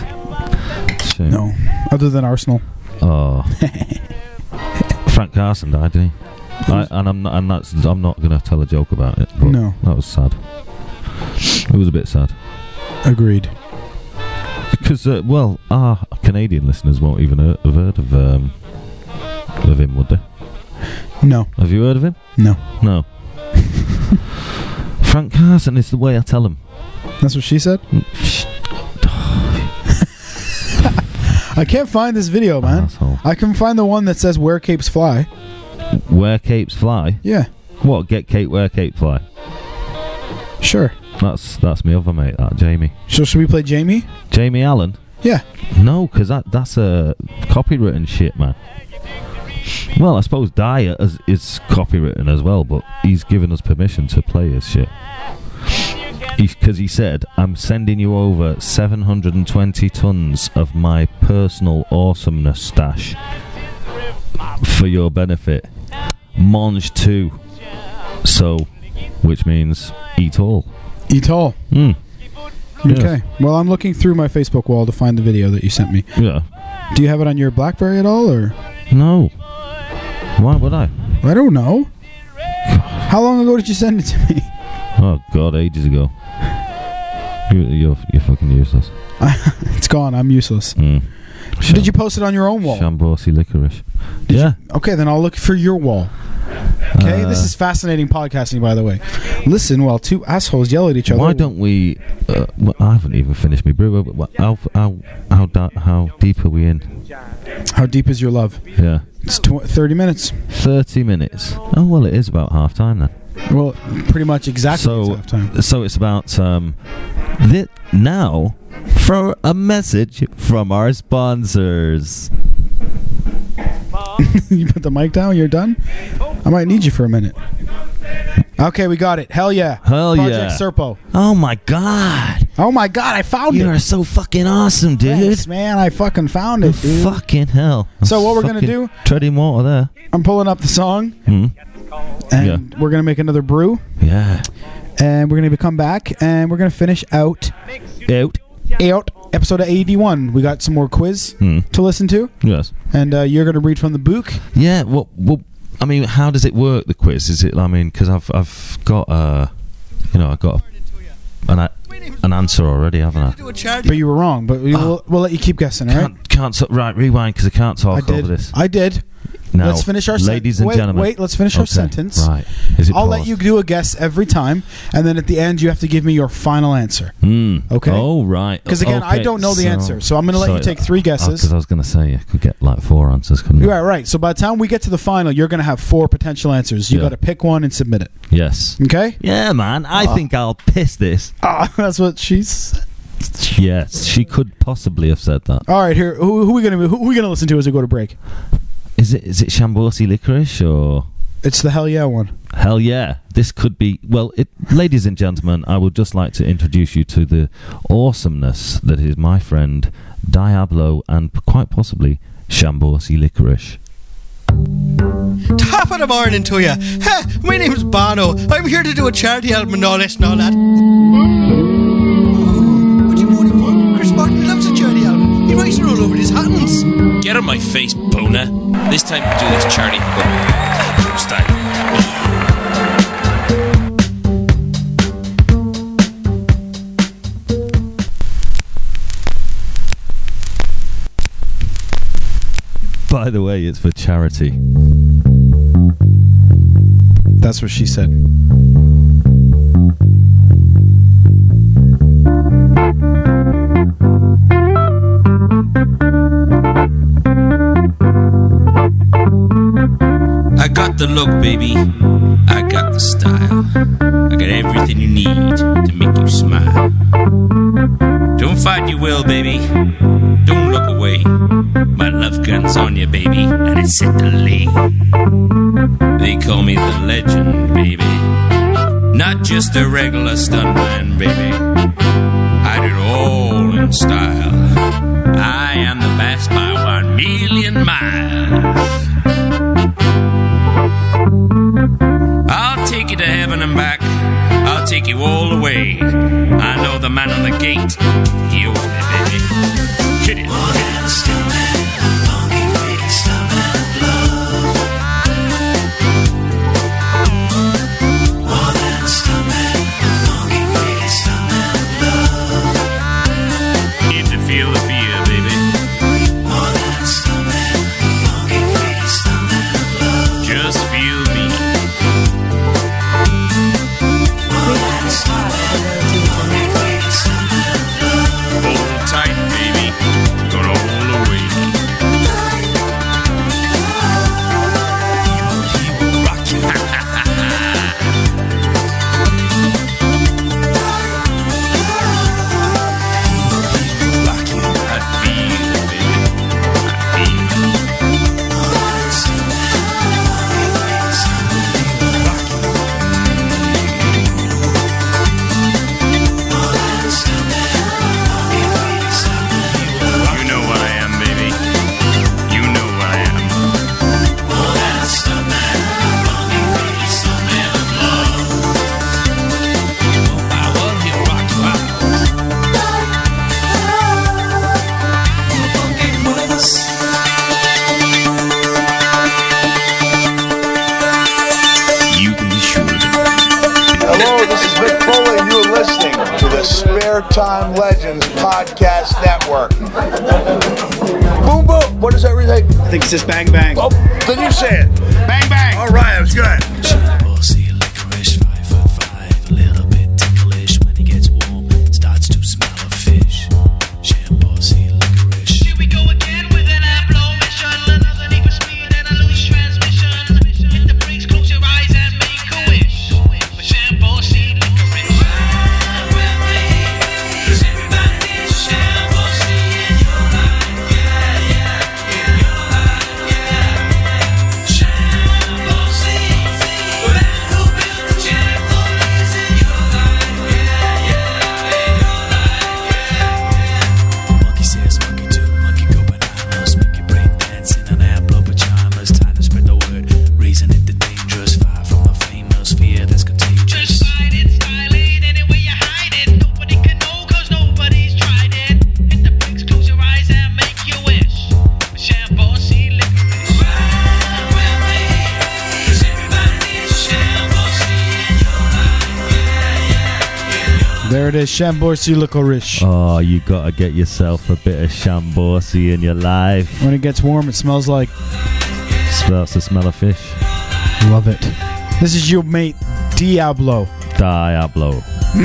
E: Shame.
A: No. Other than Arsenal.
E: Oh. Frank Carson died, didn't he? I, and I'm not, and that's I'm not gonna tell a joke about it. but
A: No.
E: that was sad. It was a bit sad
A: Agreed.
E: because uh, well, our Canadian listeners won't even he- have heard of um, of him, would they?
A: No.
E: Have you heard of him?
A: No.
E: No. Frank Carson is the way I tell him.
A: That's what she said. I can't find this video, man.
E: Asshole.
A: I can find the one that says "Where Capes Fly."
E: Wear capes fly.
A: Yeah,
E: What? Get cape, wear cape fly.
A: sure.
E: That's that's me other mate. That Jamie.
A: So should we play Jamie?
E: Jamie Allen.
A: Yeah.
E: No, because that that's a copywritten shit, man. Well, I suppose Dyer is, is copywritten as well, but he's given us permission to play his shit. Because he said, I'm sending you over 720 tons of my personal awesomeness stash for your benefit. Monge 2. So, which means eat all.
A: Eat all.
E: Hmm. Yes.
A: Okay. Well, I'm looking through my Facebook wall to find the video that you sent me.
E: Yeah.
A: Do you have it on your BlackBerry at all, or
E: No. Why would I?
A: I don't know. How long ago did you send it to me?
E: Oh god, ages ago. You, you're you're fucking useless.
A: It's gone. I'm useless.
E: Mm.
A: Did you post it on your own wall?
E: Shambosi licorice. yeah.
A: Okay, then I'll look for your wall. Okay, this
E: Uh,
A: is fascinating podcasting, by the way. Listen while two assholes yell at each other.
E: Why don't we? Uh, well, I haven't even finished my brew. But what- how how how, da- how deep are we in?
A: How deep is your love?
E: Yeah.
A: It's tw- 30 minutes.
E: 30 minutes. Oh, well, it is about half time then.
A: Well, pretty much exactly
E: So-
A: half time.
E: So it's about um, thi- now for a message from our sponsors.
A: you put the mic down, you're done? I might need you for a minute. Okay, we got it. Hell yeah.
E: Hell yeah.
A: Project Serpo.
E: Oh my god,
A: Oh my god, I found
E: you
A: it.
E: are so fucking awesome, dude!
A: Thanks, man. I fucking found it, dude.
E: Fucking hell.
A: So what we're gonna
E: Fucking
A: do-
E: Treading water there.
A: I'm pulling up the song,
E: Hmm.
A: and we're going to make another brew,
E: Yeah.
A: and we're going to come back, and we're going to finish out,
E: Out.
A: out episode 81. We got some more quiz
E: Hmm.
A: to listen to,
E: Yes.
A: and uh, you're going to read from the book.
E: Yeah. Well, well, I mean, how does it work? The quiz is it? I mean, because I've I've got uh, you know, I've got an a- an answer already, haven't I?
A: But you were wrong. But we will, we'll let you keep guessing, all right?
E: Ah. Can't can't so- right rewind because I can't
A: I
E: talk
A: did.
E: over this.
A: I did.
E: Now,
A: Let's finish our sen-
E: ladies and
A: wait,
E: gentlemen.
A: Wait, let's finish our
E: Okay,
A: sentence.
E: Right. Is it
A: I'll let
E: paused?
A: you do a guess every time, and then at the end you have to give me your final answer.
E: Hmm.
A: Okay.
E: Oh right.
A: Because again, I
E: Okay,
A: don't know the
E: so-
A: answer, so I'm going to let
E: so-
A: you take three
E: Because
A: guesses.
E: I was going to say you could get like four answers, couldn't you?
A: You're right, right. So by the time we get to the final, you're going to have four potential answers. You
E: Yeah.
A: got to pick one and submit it.
E: Yes.
A: Okay?
E: Yeah, man. I think I'll piss this.
A: Ah, that's what she's.
E: Yes, she could possibly have said that.
A: All right, here. Who, who we going to who, we going to listen to as we go to break?
E: Is it is it Shambosi licorice or
A: It's the hell yeah one.
E: hell yeah? This could be. Well, it, ladies and gentlemen, I would just like to introduce you to the awesomeness that is my friend Diablo and p- quite possibly Shambosi licorice.
I: Top of the morning to you. Ha, my name's Bono. I'm here to do a charity album and all this and all that. What you moaning for? Chris Martin loves a charity album. He writes it all over his hands.
J: Get on my face, Boner. This time do this charity album style.
E: By the way, it's for charity.
A: That's what she said.
J: I got the look, baby. I got the style. I got everything you need to make you smile. Don't fight your will, baby. Don't look away. My love gun's on you, baby, and it's set to lay. They call me the legend, baby. Not just a regular stuntman, baby. I do it all in style. I am the best by one million miles. I'll take you to heaven and back. I'll take you all the way. I know the man on the gate. He owes me, baby. Hit it. Need to feel the fear, baby. Just feel me. Hold tight, baby. Gonna hold away. I feel it, baby. I feel it. You know what I am, baby. You know what I am. Oh, I love you, rock, rock. You can be sure that
D: Hello, this is Mick Foley, and you're listening to the Spare Time Legends Podcast Network. Boom, boom. What is that? really-
K: I think it's just bang bang.
D: Oh, did you say it?
K: Bang bang.
D: All right, it was good.
J: Bossy licorice, five foot five, a little bit ticklish. When he gets warm, starts to smell of fish. Shambossy licorice.
F: Here we go again with an ablomish
A: There it is, Shamborsi Licorice.
E: Oh, you gotta get yourself a bit of Shamborsi in your life.
A: When it gets warm, it smells like
E: That's the smell of fish.
A: love it. This is your mate Diablo.
E: Diablo.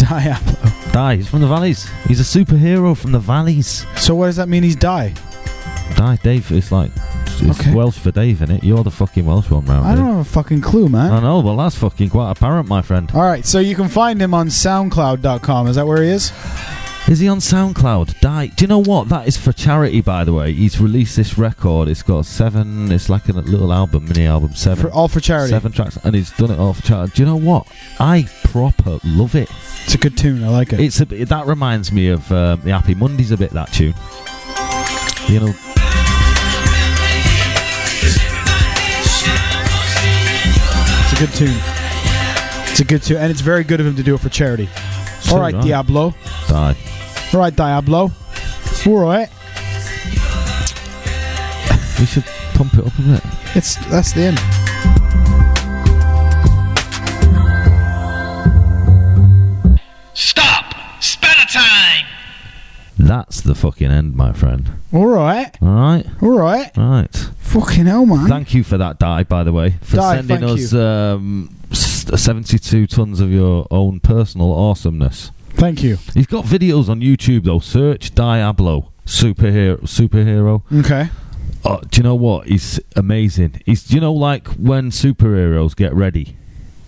A: Diablo.
E: Die, he's from the valleys. He's a superhero from the valleys.
A: So what does that mean? He's die?
E: Die, Dave. It's like it's
A: Okay.
E: Welsh for Dave, innit? You're the fucking Welsh one round.
A: I
E: here.
A: don't have a fucking clue, man.
E: I know, well that's fucking quite apparent, my friend.
A: All right, so you can find him on SoundCloud.com. Is that where he is?
E: Is he on SoundCloud? Die. Do you know what? That is for charity, by the way. He's released this record. It's got seven. It's like a little album, mini album, seven,
A: For, all for charity.
E: seven tracks, and he's done it all for charity. Do you know what? I proper love it.
A: It's a good tune. I like it.
E: It's a, bit- that reminds me of um, the Happy Mondays a bit. That tune. You know,
A: It's a good tune. It's a good tune, and it's very good of him to do it for charity.
E: So
A: all right,
E: right.
A: Diablo.
E: die.
A: All right, Diablo. All right.
E: We should pump it up a bit.
A: It's that's the end.
F: Stop! Spatter time!
E: That's the fucking end, my friend.
A: All right.
E: All right,
A: All right.
E: right.
A: Fucking hell, man.
E: Thank you for that, Di, by the way, for
A: Di,
E: sending
A: thank
E: us um, s- 72 tons of your own personal awesomeness.
A: Thank you.
E: He's got videos on YouTube, though. Search Diablo, superhero. superhero.
A: Okay.
E: Oh, do you know what? He's amazing. He's, do you know, like when superheroes get ready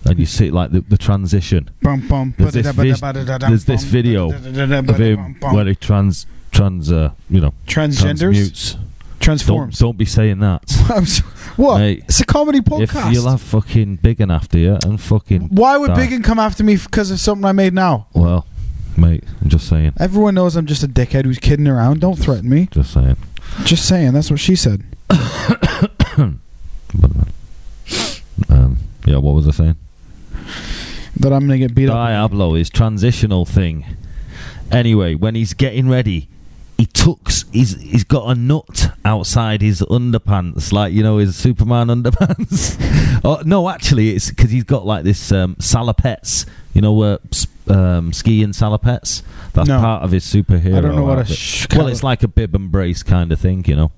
E: and you see, like, the, the transition?
A: Bum, bum,
E: There's this vis- there's this video Of him where he trans, trans uh, you know,
A: transgenders
E: transmutes. Don't,
A: transforms.
E: don't be saying that.
A: I'm so- what?
E: Mate,
A: it's a comedy podcast.
E: If you'll have fucking Biggin after you and fucking
A: Why would
E: Nah.
A: Biggin come after me because of something I made now?
E: Well, mate, I'm just saying.
A: Everyone knows I'm just a dickhead who's kidding around. Don't threaten me.
E: Just saying.
A: Just saying. That's what she said.
E: But, um, yeah, what was I saying?
A: That I'm gonna get beat up.
E: Diablo, his transitional thing. Anyway, when he's getting ready, he tucks. He's he's got a nut outside his underpants, like you know his Superman underpants. oh, no, actually, it's because he's got like this um, salopettes. You know, uh, s- um, skiing salopettes. That's
A: No.
E: part of his superhero.
A: I don't know what a
E: outfit.
A: sh-
E: well, it's like a bib and brace kind of thing, you know,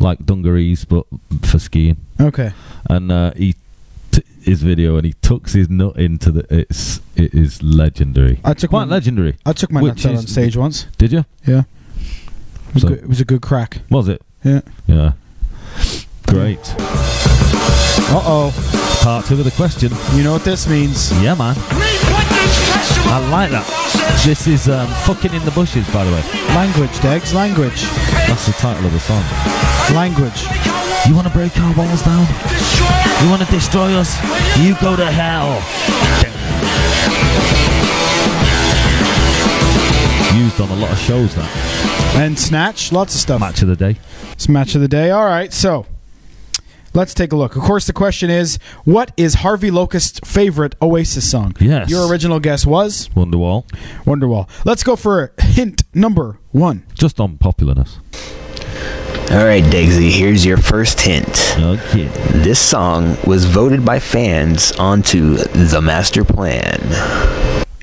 E: like dungarees but for skiing.
A: Okay.
E: And uh, he t- his video and he tucks his nut into the. It's it is legendary.
A: I took
E: Quite
A: my,
E: legendary.
A: I took my
E: which
A: nuts out
E: is-
A: on stage once.
E: Did you?
A: Yeah. It was,
E: So-
A: good, it was a good crack.
E: Was it?
A: Yeah.
E: Yeah. Great.
A: Uh oh.
E: Part two of the question.
A: You know what this means.
E: Yeah, man.
F: Read what this festival
E: I like that.
F: bosses
E: This is um, fucking in the bushes, by the way.
A: Language, Degs. Language.
E: That's the title of the song.
A: Language.
E: You want to break our walls down?
F: destroy
E: You want to destroy us? You go to hell. Used on a lot of shows that
A: And snatch. Lots of stuff.
E: match of the day.
A: It's match of the day. All right, so let's take a look. Of course, the question is, what is Harvey Locust's favorite Oasis song?
E: Yes.
A: Your original guess was
E: Wonderwall,
A: Wonderwall. Let's go for hint number one.
E: just on popularness.
G: Alright, Degsy, here's your first hint.
E: Okay.
G: This song was voted by fans onto the master plan.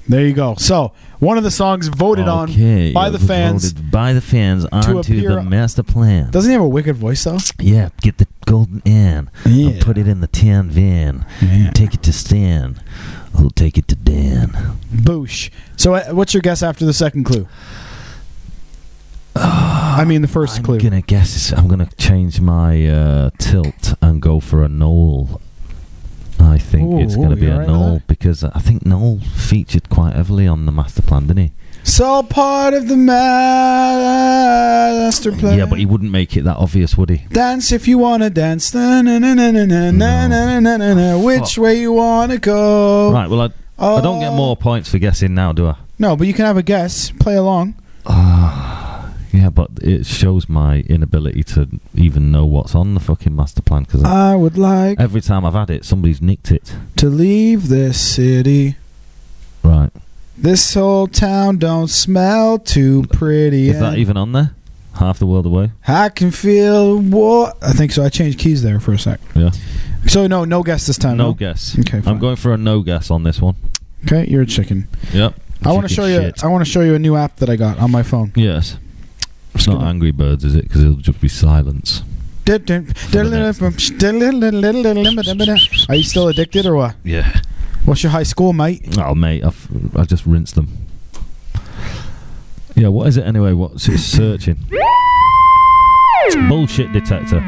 A: There you go. So one of the songs voted
E: Okay,
A: on by
E: it
A: the
E: was
A: fans.
E: voted by the fans onto
A: appear-
E: the master plan.
A: Doesn't he have a wicked voice though?
E: yeah, get the golden N.
A: Yeah.
E: Put it in the tan van.
A: Yeah.
E: Take it to Stan. Who'll take it to Dan?
A: Boosh. So uh, what's your guess after the second clue? I mean the 1st
E: Uh, I'm
A: clue.
E: gonna guess. I'm gonna change my uh, tilt and go for a Noel. I think
A: Ooh,
E: it's gonna
A: ooh,
E: be
A: you
E: a
A: alright with
E: Noel
A: that?
E: because I think Noel featured quite heavily on the master plan, didn't he?
A: It's all part of the master plan.
E: Yeah, but he wouldn't make it that obvious, would he?
A: Dance if you wanna dance. Na, na, na, na, na, na, na, na, na, na, na. Which way you wanna go?
E: Right. Well, I, I don't get
A: Oh.
E: more points for guessing now, do I?
A: No, but you can have a guess. Play along.
E: Yeah, but it shows my inability to even know what's on the fucking master plan because
A: I would like
E: every time I've had it, somebody's nicked it.
A: to leave this city.
E: Right.
A: This whole town don't smell too pretty.
E: Is that
A: and
E: even on there? Half the world away.
A: I can feel what I think so. I changed keys there for a sec.
E: Yeah.
A: So no, no guess this time.
E: No
A: no?
E: guess.
A: Okay, fine.
E: I'm going for a no guess on this one.
A: Okay, you're a chicken.
E: Yep.
A: I want to show you. I want to show you a new app that I got on my phone.
E: Yes. It's not Angry Birds, is it? Because it'll just be silence.
A: Are you still addicted or what?
E: Yeah.
A: What's your high school, mate?
E: Oh, mate, I've, I just rinsed them. Yeah, what is it anyway? What's it searching? Bullshit detector.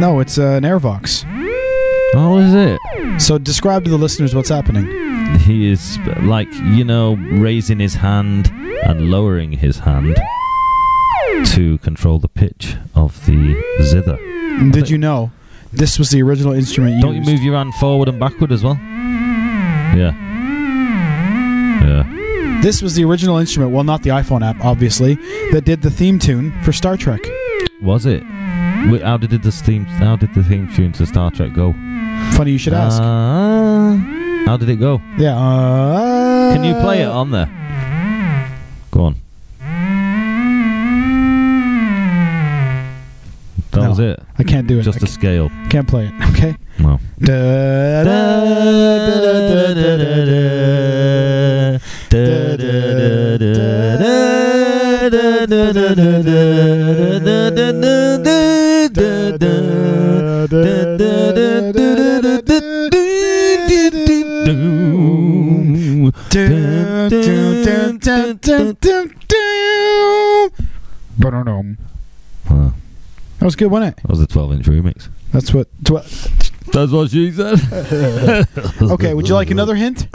A: No, it's uh, an Airvox.
E: Oh, is it?
A: So describe to the listeners what's happening.
E: He is like, you know, raising his hand and lowering his hand to control the pitch of the zither.
A: Did you know this was the original instrument used?
E: Don't you move your hand forward and backward as well? Yeah. Yeah.
A: This was the original instrument, well, not the iPhone app, obviously, that did the theme tune for Star Trek.
E: Was it? Wh- How did the theme? How did the theme tune to Star Trek go?
A: Funny you should ask.
E: Ah, how did it go?
A: yeah. Uh,
E: Can you play it on there? Go on. That
A: No.
E: was it.
A: I can't do it.
E: Just
A: I
E: a scale.
A: c- can't play it. Okay.
E: Well,
A: Da, da, da, da, da, da, da. Ba-dum-dum.
E: Wow.
A: That was good, wasn't it?
E: That was the 12 inch remix.
A: That's what. tw-
E: That's what she said.
A: Okay, would you like another hint?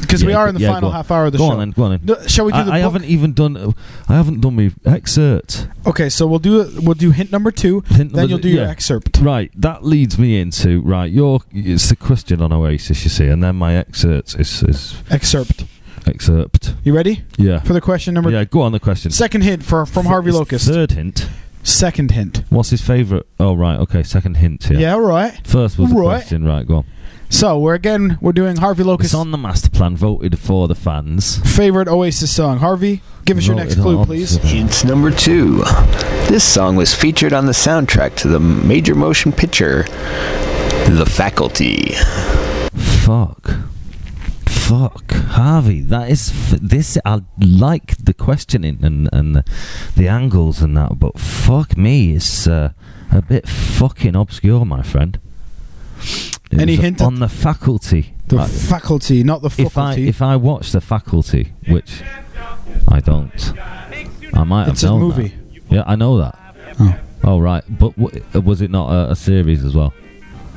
A: Because we
E: Yeah,
A: are in the
E: yeah, go
A: final
E: on.
A: half hour of the
E: Go
A: show.
E: on then, go on then.
A: No, shall we do
E: I,
A: the
E: I
A: book?
E: haven't even done. I haven't done my excerpt.
A: Okay, so we'll do we'll do hint number two. then
E: Hint number-
A: you'll do your
E: yeah.
A: excerpt.
E: Right, that leads me into right. Your it's the question on Oasis, you see, and then my excerpt is, is
A: Excerpt.
E: excerpt.
A: You ready
E: Yeah,
A: for the question number?
E: yeah. Go on the question.
A: Second hint for from Harvey
E: It's
A: Locust.
E: Third hint.
A: Second hint.
E: What's his favorite? Oh right, okay. Second hint
A: Yeah.
E: here.
A: all right.
E: First was the
A: Right.
E: question. Right, go on.
A: So we're again we're doing Harvey
E: It's
A: Locust
E: on the master plan, voted for the fans.
A: favorite Oasis song. Harvey, give us your
E: Voted
A: next clue,
E: on.
A: please.
G: Hint number two. This song was featured on the soundtrack to the major motion picture, The Faculty.
E: Fuck. Fuck, Harvey. That is f- this. I like the questioning and and the, the angles and that, but fuck me, it's uh, a bit fucking obscure, my friend. It
A: Any
E: was
A: hint at-
E: on the faculty?
A: The
E: I-
A: faculty, not the
E: if I
A: faculty.
E: if I watch the faculty, which I don't, I might have
A: it's a
E: known
A: movie.
E: that. Yeah, I know that.
A: Oh.
E: Oh right, but w- was it not a, a series as well?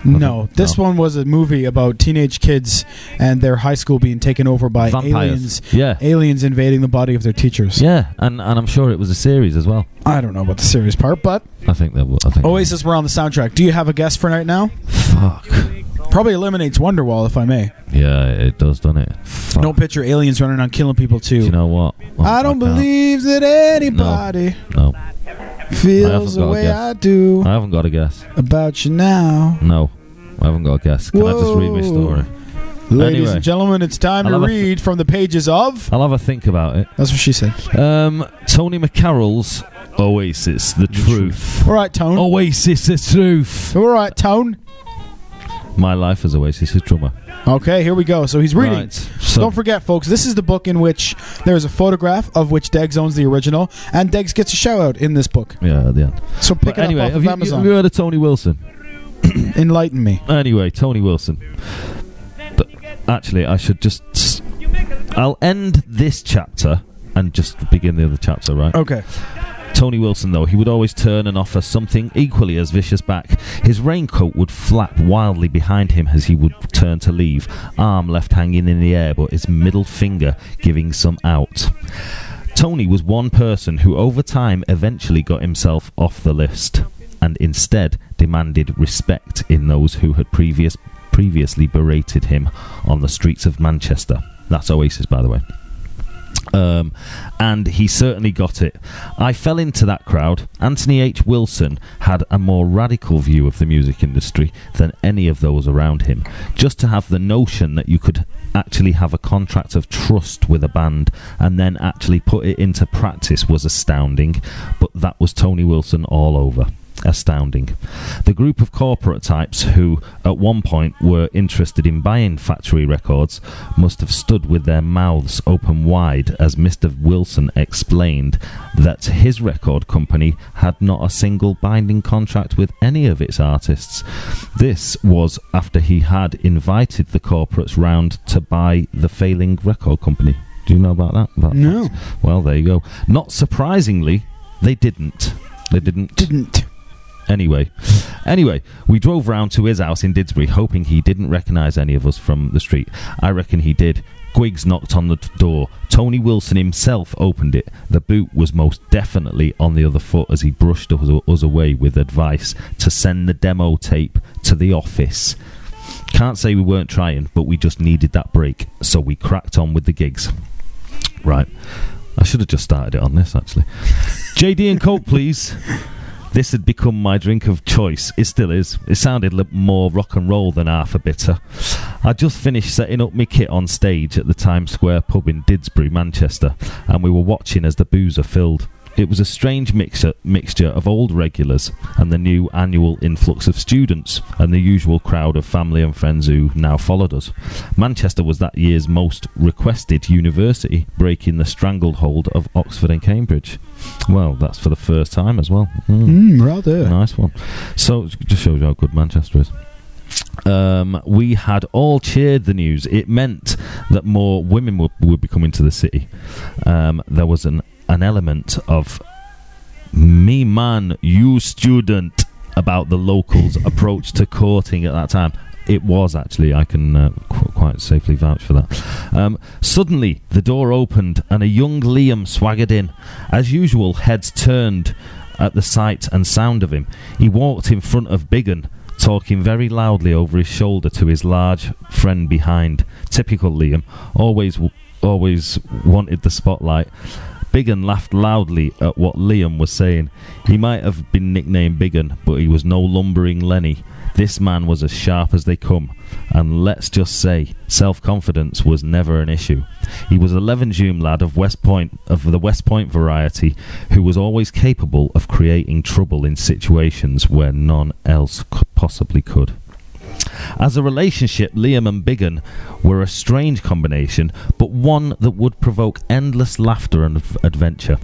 A: No, this
E: No.
A: one was a movie about teenage kids and their high school being taken over by aliens.
E: Vampires. Yeah.
A: Aliens invading the body of their teachers.
E: Yeah, and, and I'm sure it was a series as well.
A: I don't know about the serious part, but
E: I think that was. I think
A: Oasis were on the soundtrack. Do you have a guess for right now?
E: Fuck.
A: Probably eliminates Wonderwall, if I may.
E: Yeah, it does, doesn't it? Fuck.
A: No picture aliens running around killing people too.
E: Do you know what? Oh,
A: I don't
E: can't.
A: believe that anybody
E: No,
A: feels
E: I haven't got
A: the
E: a
A: way
E: guess.
A: I do
E: I haven't got a guess.
A: about you now.
E: No, I haven't got a guess. Can I just read
A: Whoa.
E: my story?
A: Ladies
E: Anyway.
A: and gentlemen, it's time
E: I'll
A: to
E: have a-
A: read from the pages of.
E: I'll have a think about it.
A: That's what she said.
E: Um, Tony McCarroll's Oasis, the truth.
A: All right, Tone.
E: Oh. Oasis, the truth.
A: All right, Tone.
E: My life as Oasis' drummer.
A: Okay, here we go. So he's reading.
E: Right. So,
A: Don't forget, folks, this is the book in which there is a photograph of which Deggs owns the original, and Deggs gets a shout out in this book.
E: Yeah, at the end.
A: So pick
E: But
A: it
E: anyway,
A: up off
E: have
A: of
E: you,
A: Amazon.
E: have you heard of Tony Wilson?
A: Enlighten me.
E: Anyway, Tony Wilson. But actually, I should just. s- I'll end this chapter and just begin the other chapter, right?
A: Okay.
E: Tony Wilson, though, he would always turn and offer something equally as vicious back. His raincoat would flap wildly behind him as he would turn to leave, arm left hanging in the air, but his middle finger giving some out. Tony was one person who, over time, eventually got himself off the list and instead demanded respect in those who had previous, previously berated him on the streets of Manchester. That's Oasis, by the way. Um, and he certainly got it. I fell into that crowd. Anthony H. Wilson had a more radical view of the music industry than any of those around him. Just to have the notion that you could actually have a contract of trust with a band and then actually put it into practice was astounding, but that was Tony Wilson all over. astounding. The group of corporate types who, at one point, were interested in buying factory records must have stood with their mouths open wide as Mr. Wilson explained that his record company had not a single binding contract with any of its artists. This was after he had invited the corporates round to buy the failing record company. Do you know about that? About
A: No.
E: that? Well, there you go. Not surprisingly, they didn't. They didn't.
A: Didn't.
E: Anyway, anyway, we drove round to his house in Didsbury, hoping he didn't recognise any of us from the street. I reckon he did. Gwiggs knocked on the t- door. Tony Wilson himself opened it. The boot was most definitely on the other foot as he brushed us, us away with advice to send the demo tape to the office. Can't say we weren't trying, but we just needed that break, so we cracked on with the gigs. Right. I should have just started it on this, actually. JD and Coke, please. This had become my drink of choice. It still is. It sounded li- more rock and roll than half a bitter. I just finished setting up my kit on stage at the Times Square pub in Didsbury, Manchester, and we were watching as the boozer filled. It was a strange mixer, mixture of old regulars and the new annual influx of students and the usual crowd of family and friends who now followed us. Manchester was that year's most requested university, breaking the stranglehold of Oxford and Cambridge. Well, that's for the first time as well. Mm.
A: Mm, rather.
E: Nice one. So it just shows you how good Manchester is. Um, we had all cheered the news. It meant that more women would, would be coming to the city. Um, there was an, an element of me man, you student about the locals' approach to courting at that time. It was actually, I can uh, qu- quite safely vouch for that. Um, suddenly, the door opened and a young Liam swaggered in. As usual, heads turned at the sight and sound of him. He walked in front of Biggin, talking very loudly over his shoulder to his large friend behind. Typical Liam, always, w- always wanted the spotlight. Biggin laughed loudly at what Liam was saying. He might have been nicknamed Biggin, but he was no lumbering Lenny. This man was as sharp as they come, and let's just say, self confidence was never an issue. He was a Levenjume lad of West Point of the West Point variety, who was always capable of creating trouble in situations where none else c- possibly could. As a relationship, Liam and Biggin were a strange combination, but one that would provoke endless laughter and av- adventure.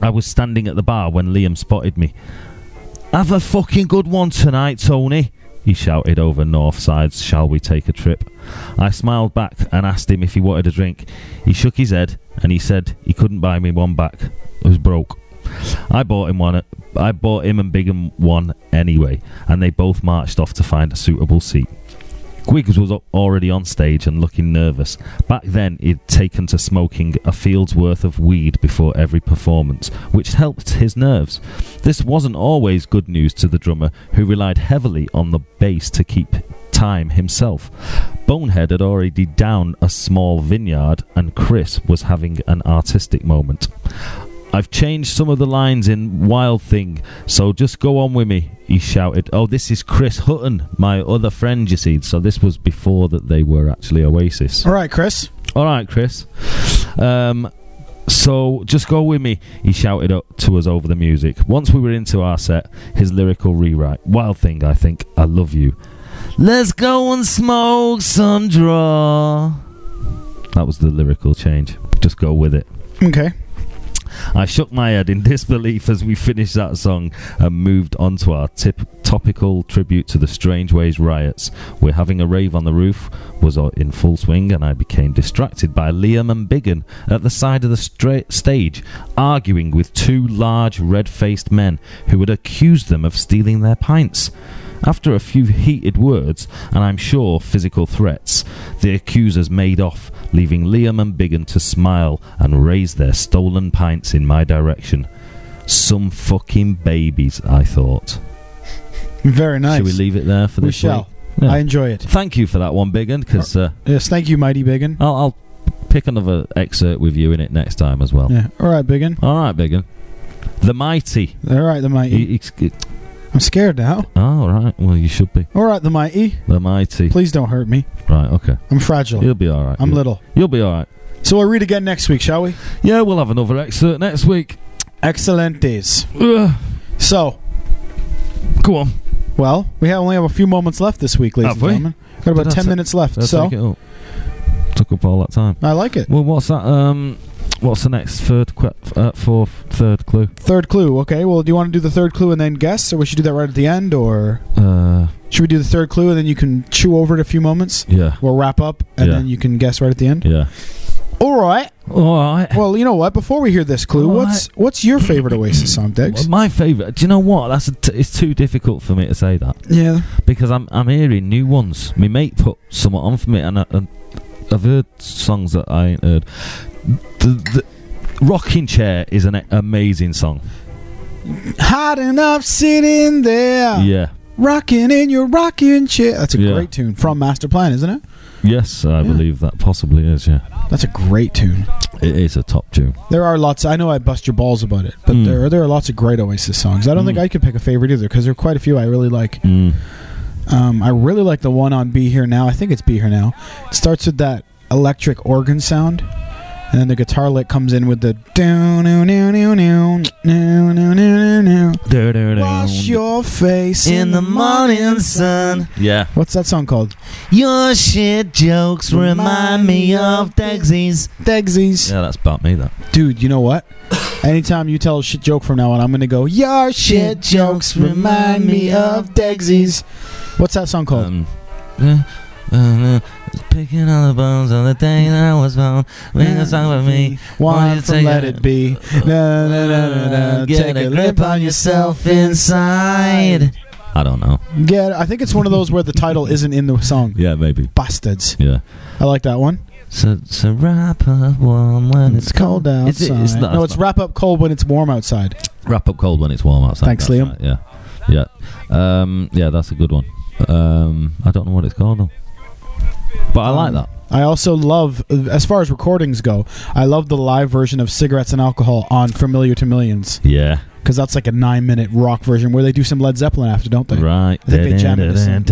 E: I was standing at the bar when Liam spotted me. Have a fucking good one tonight, Tony, he shouted over Northside's Shall We Take a Trip. I smiled back and asked him if he wanted a drink. He shook his head and he said he couldn't buy me one back. I was broke. I bought him one. I bought him and Bigham one anyway, and they both marched off to find a suitable seat. Gwiggs was up already on stage and looking nervous. Back then, he'd taken to smoking a field's worth of weed before every performance, which helped his nerves. This wasn't always good news to the drummer, who relied heavily on the bass to keep time himself. Bonehead had already down a small vineyard, and Chris was having an artistic moment. I've changed some of the lines in Wild Thing, so just go on with me, he shouted. Oh, this is Chris Hutton, my other friend, you see. So this was before that they were actually Oasis.
A: All right, Chris.
E: All right, Chris. Um, so just go with me, he shouted up to us over the music. Once we were into our set, his lyrical rewrite. Wild Thing, I think. I love you. Let's go and smoke some draw. That was the lyrical change. Just go with it.
A: Okay.
E: I shook my head in disbelief as we finished that song and moved on to our tip- topical tribute to the Strange Ways riots. We're having a rave on the roof, was uh, in full swing, and I became distracted by Liam and Biggin at the side of the stra- stage, arguing with two large red faced men who had accused them of stealing their pints. After a few heated words, and I'm sure physical threats, the accusers made off, leaving Liam and Biggin to smile and raise their stolen pints in my direction. Some fucking babies, I thought.
A: Very nice.
E: Should we leave it there for
A: We
E: this
A: shall.
E: week? Yeah.
A: I enjoy it.
E: Thank you for that one, Biggin, because uh,
A: Yes, thank you, Mighty Biggin.
E: I'll, I'll pick another excerpt with you in it next time as well.
A: Yeah. All right, Biggin.
E: All right, Biggin. The Mighty.
A: All right, the
E: He-
A: Mighty.
E: he's- he-
A: I'm scared now.
E: all right. Well, you should be.
A: All right, the Mighty.
E: The Mighty.
A: Please don't hurt me.
E: Right, okay.
A: I'm fragile.
E: You'll be all right.
A: I'm
E: You'll-
A: little.
E: You'll be all right.
A: So we'll read again next week, shall we?
E: Yeah, we'll have another excerpt next week.
A: Excellent days.
E: Ugh.
A: So,
E: Go on.
A: Well, we have only have a few moments left this week, ladies
E: Have
A: and
E: we?
A: gentlemen. Got about
E: Did I
A: ten
E: ta-
A: minutes left,
E: Did I
A: so
E: take it up? Took up all that time.
A: I like it.
E: Well, what's that? Um, what's the next third, qu- uh, fourth, third clue?
A: Third clue, okay. Well, do you want to do the third clue and then guess, or we should do that right at the end, or
E: Uh,
A: should we do the third clue and then you can chew over it a few moments?
E: yeah,
A: We'll wrap up and
E: Yeah.
A: then you can guess right at the end.
E: yeah.
A: All right.
E: All right.
A: Well, you know what? Before we hear this clue,
E: All
A: what's what's your favorite Oasis song, Diggs?
E: My favorite. Do you know what? That's a t- it's too difficult for me to say that
A: Yeah.
E: because I'm I'm hearing new ones. My mate put some on for me, and, I, and I've heard songs that I ain't heard. The, the Rocking Chair is an amazing song.
A: Hot enough sitting there,
E: Yeah.
A: rocking in your rocking chair. That's a
E: Yeah.
A: great tune from Master Plan, isn't it?
E: Yes, I
A: Yeah.
E: believe that possibly is. Yeah,
A: That's a great tune.
E: it is a top tune.
A: There are lots. I know I bust your balls about it, but
E: Mm.
A: there are, there are lots of great Oasis songs. I don't think
E: Mm.
A: I could pick a favorite either because there are quite a few I really like.
E: Mm.
A: Um, I really like the one on "Be Here Now." I think it's "Be Here Now." It starts with that electric organ sound, and then the guitar lick comes in with the down, down, down, down, down, down, down, down, down. Wash your face in the morning sun.
E: Yeah.
A: What's that song called?
H: Your shit jokes remind me of Dexys.
A: Degsies.
E: Yeah, that's about me. That.
A: Dude, you know what? Anytime you tell a shit joke from now on, I'm gonna go. Your shit jokes remind me of Degsies. What's that song called?
E: Um, uh, uh, picking all the bones on the day that I was found. Make a song with me.
A: One
E: you
A: from
E: take
A: Let
E: a-
A: It Be. Na, na, na, na, na.
E: Get
A: Take
E: a grip on yourself inside. I don't know.
A: Get. I think it's one of those where the title isn't in the song.
E: Yeah, maybe.
A: Bastards.
E: Yeah.
A: I like that one.
E: So, so wrap up warm when it's,
A: It's cold outside.
E: It's, it's not,
A: no, it's wrap up cold when it's warm outside.
E: wrap up cold when it's warm outside.
A: Thanks,
E: that's
A: Liam.
E: right, Yeah, yeah, um, yeah. That's a good one. Um, I don't know what it's called though, but I like
A: Um,
E: that.
A: I also love, as far as recordings go, I love the live version of Cigarettes and Alcohol on Familiar to Millions
E: Yeah,
A: because that's like a nine minute rock version where they do some Led Zeppelin after, don't they?
E: right.
A: I think they jammed it this time.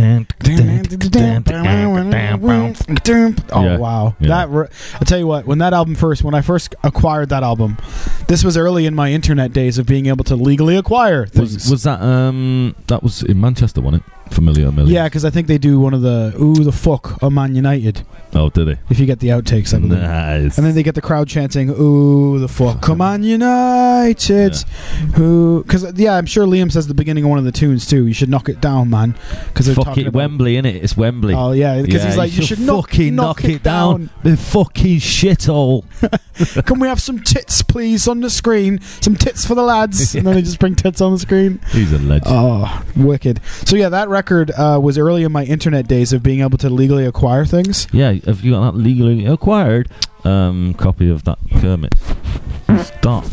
A: Oh
E: Yeah.
A: wow!
E: Yeah.
A: That re- I tell you what, when that album first, when I first acquired that album, this was early in my internet days of being able to legally acquire things.
E: Was, was that um that was in Manchester, wasn't it? Familiar Million.
A: yeah, because I think they do one of the "Ooh the fuck" of Man United.
E: Oh, did they?
A: If you get the outtakes, I believe.
E: Nice.
A: And then they get the crowd chanting, "Ooh, the fuck! Come on, United!" Who? Because yeah, I'm sure Liam says at the beginning of one of the tunes too. You should knock it down, man. Because they're
E: fuck
A: talking
E: it,
A: about
E: Wembley, innit? It's Wembley.
A: Oh yeah, because
E: Yeah,
A: he's like, you should, knock,
E: fucking knock, it down. The fucking shithole.
A: down. Can we have some tits, please, on the screen? Some tits for the lads, and then they just bring tits on the screen.
E: He's a legend.
A: Oh, wicked! So yeah, that record uh, was early in my internet days of being able to legally acquire things.
E: Yeah, have you got that legally acquired um, copy of that Kermit? Stop.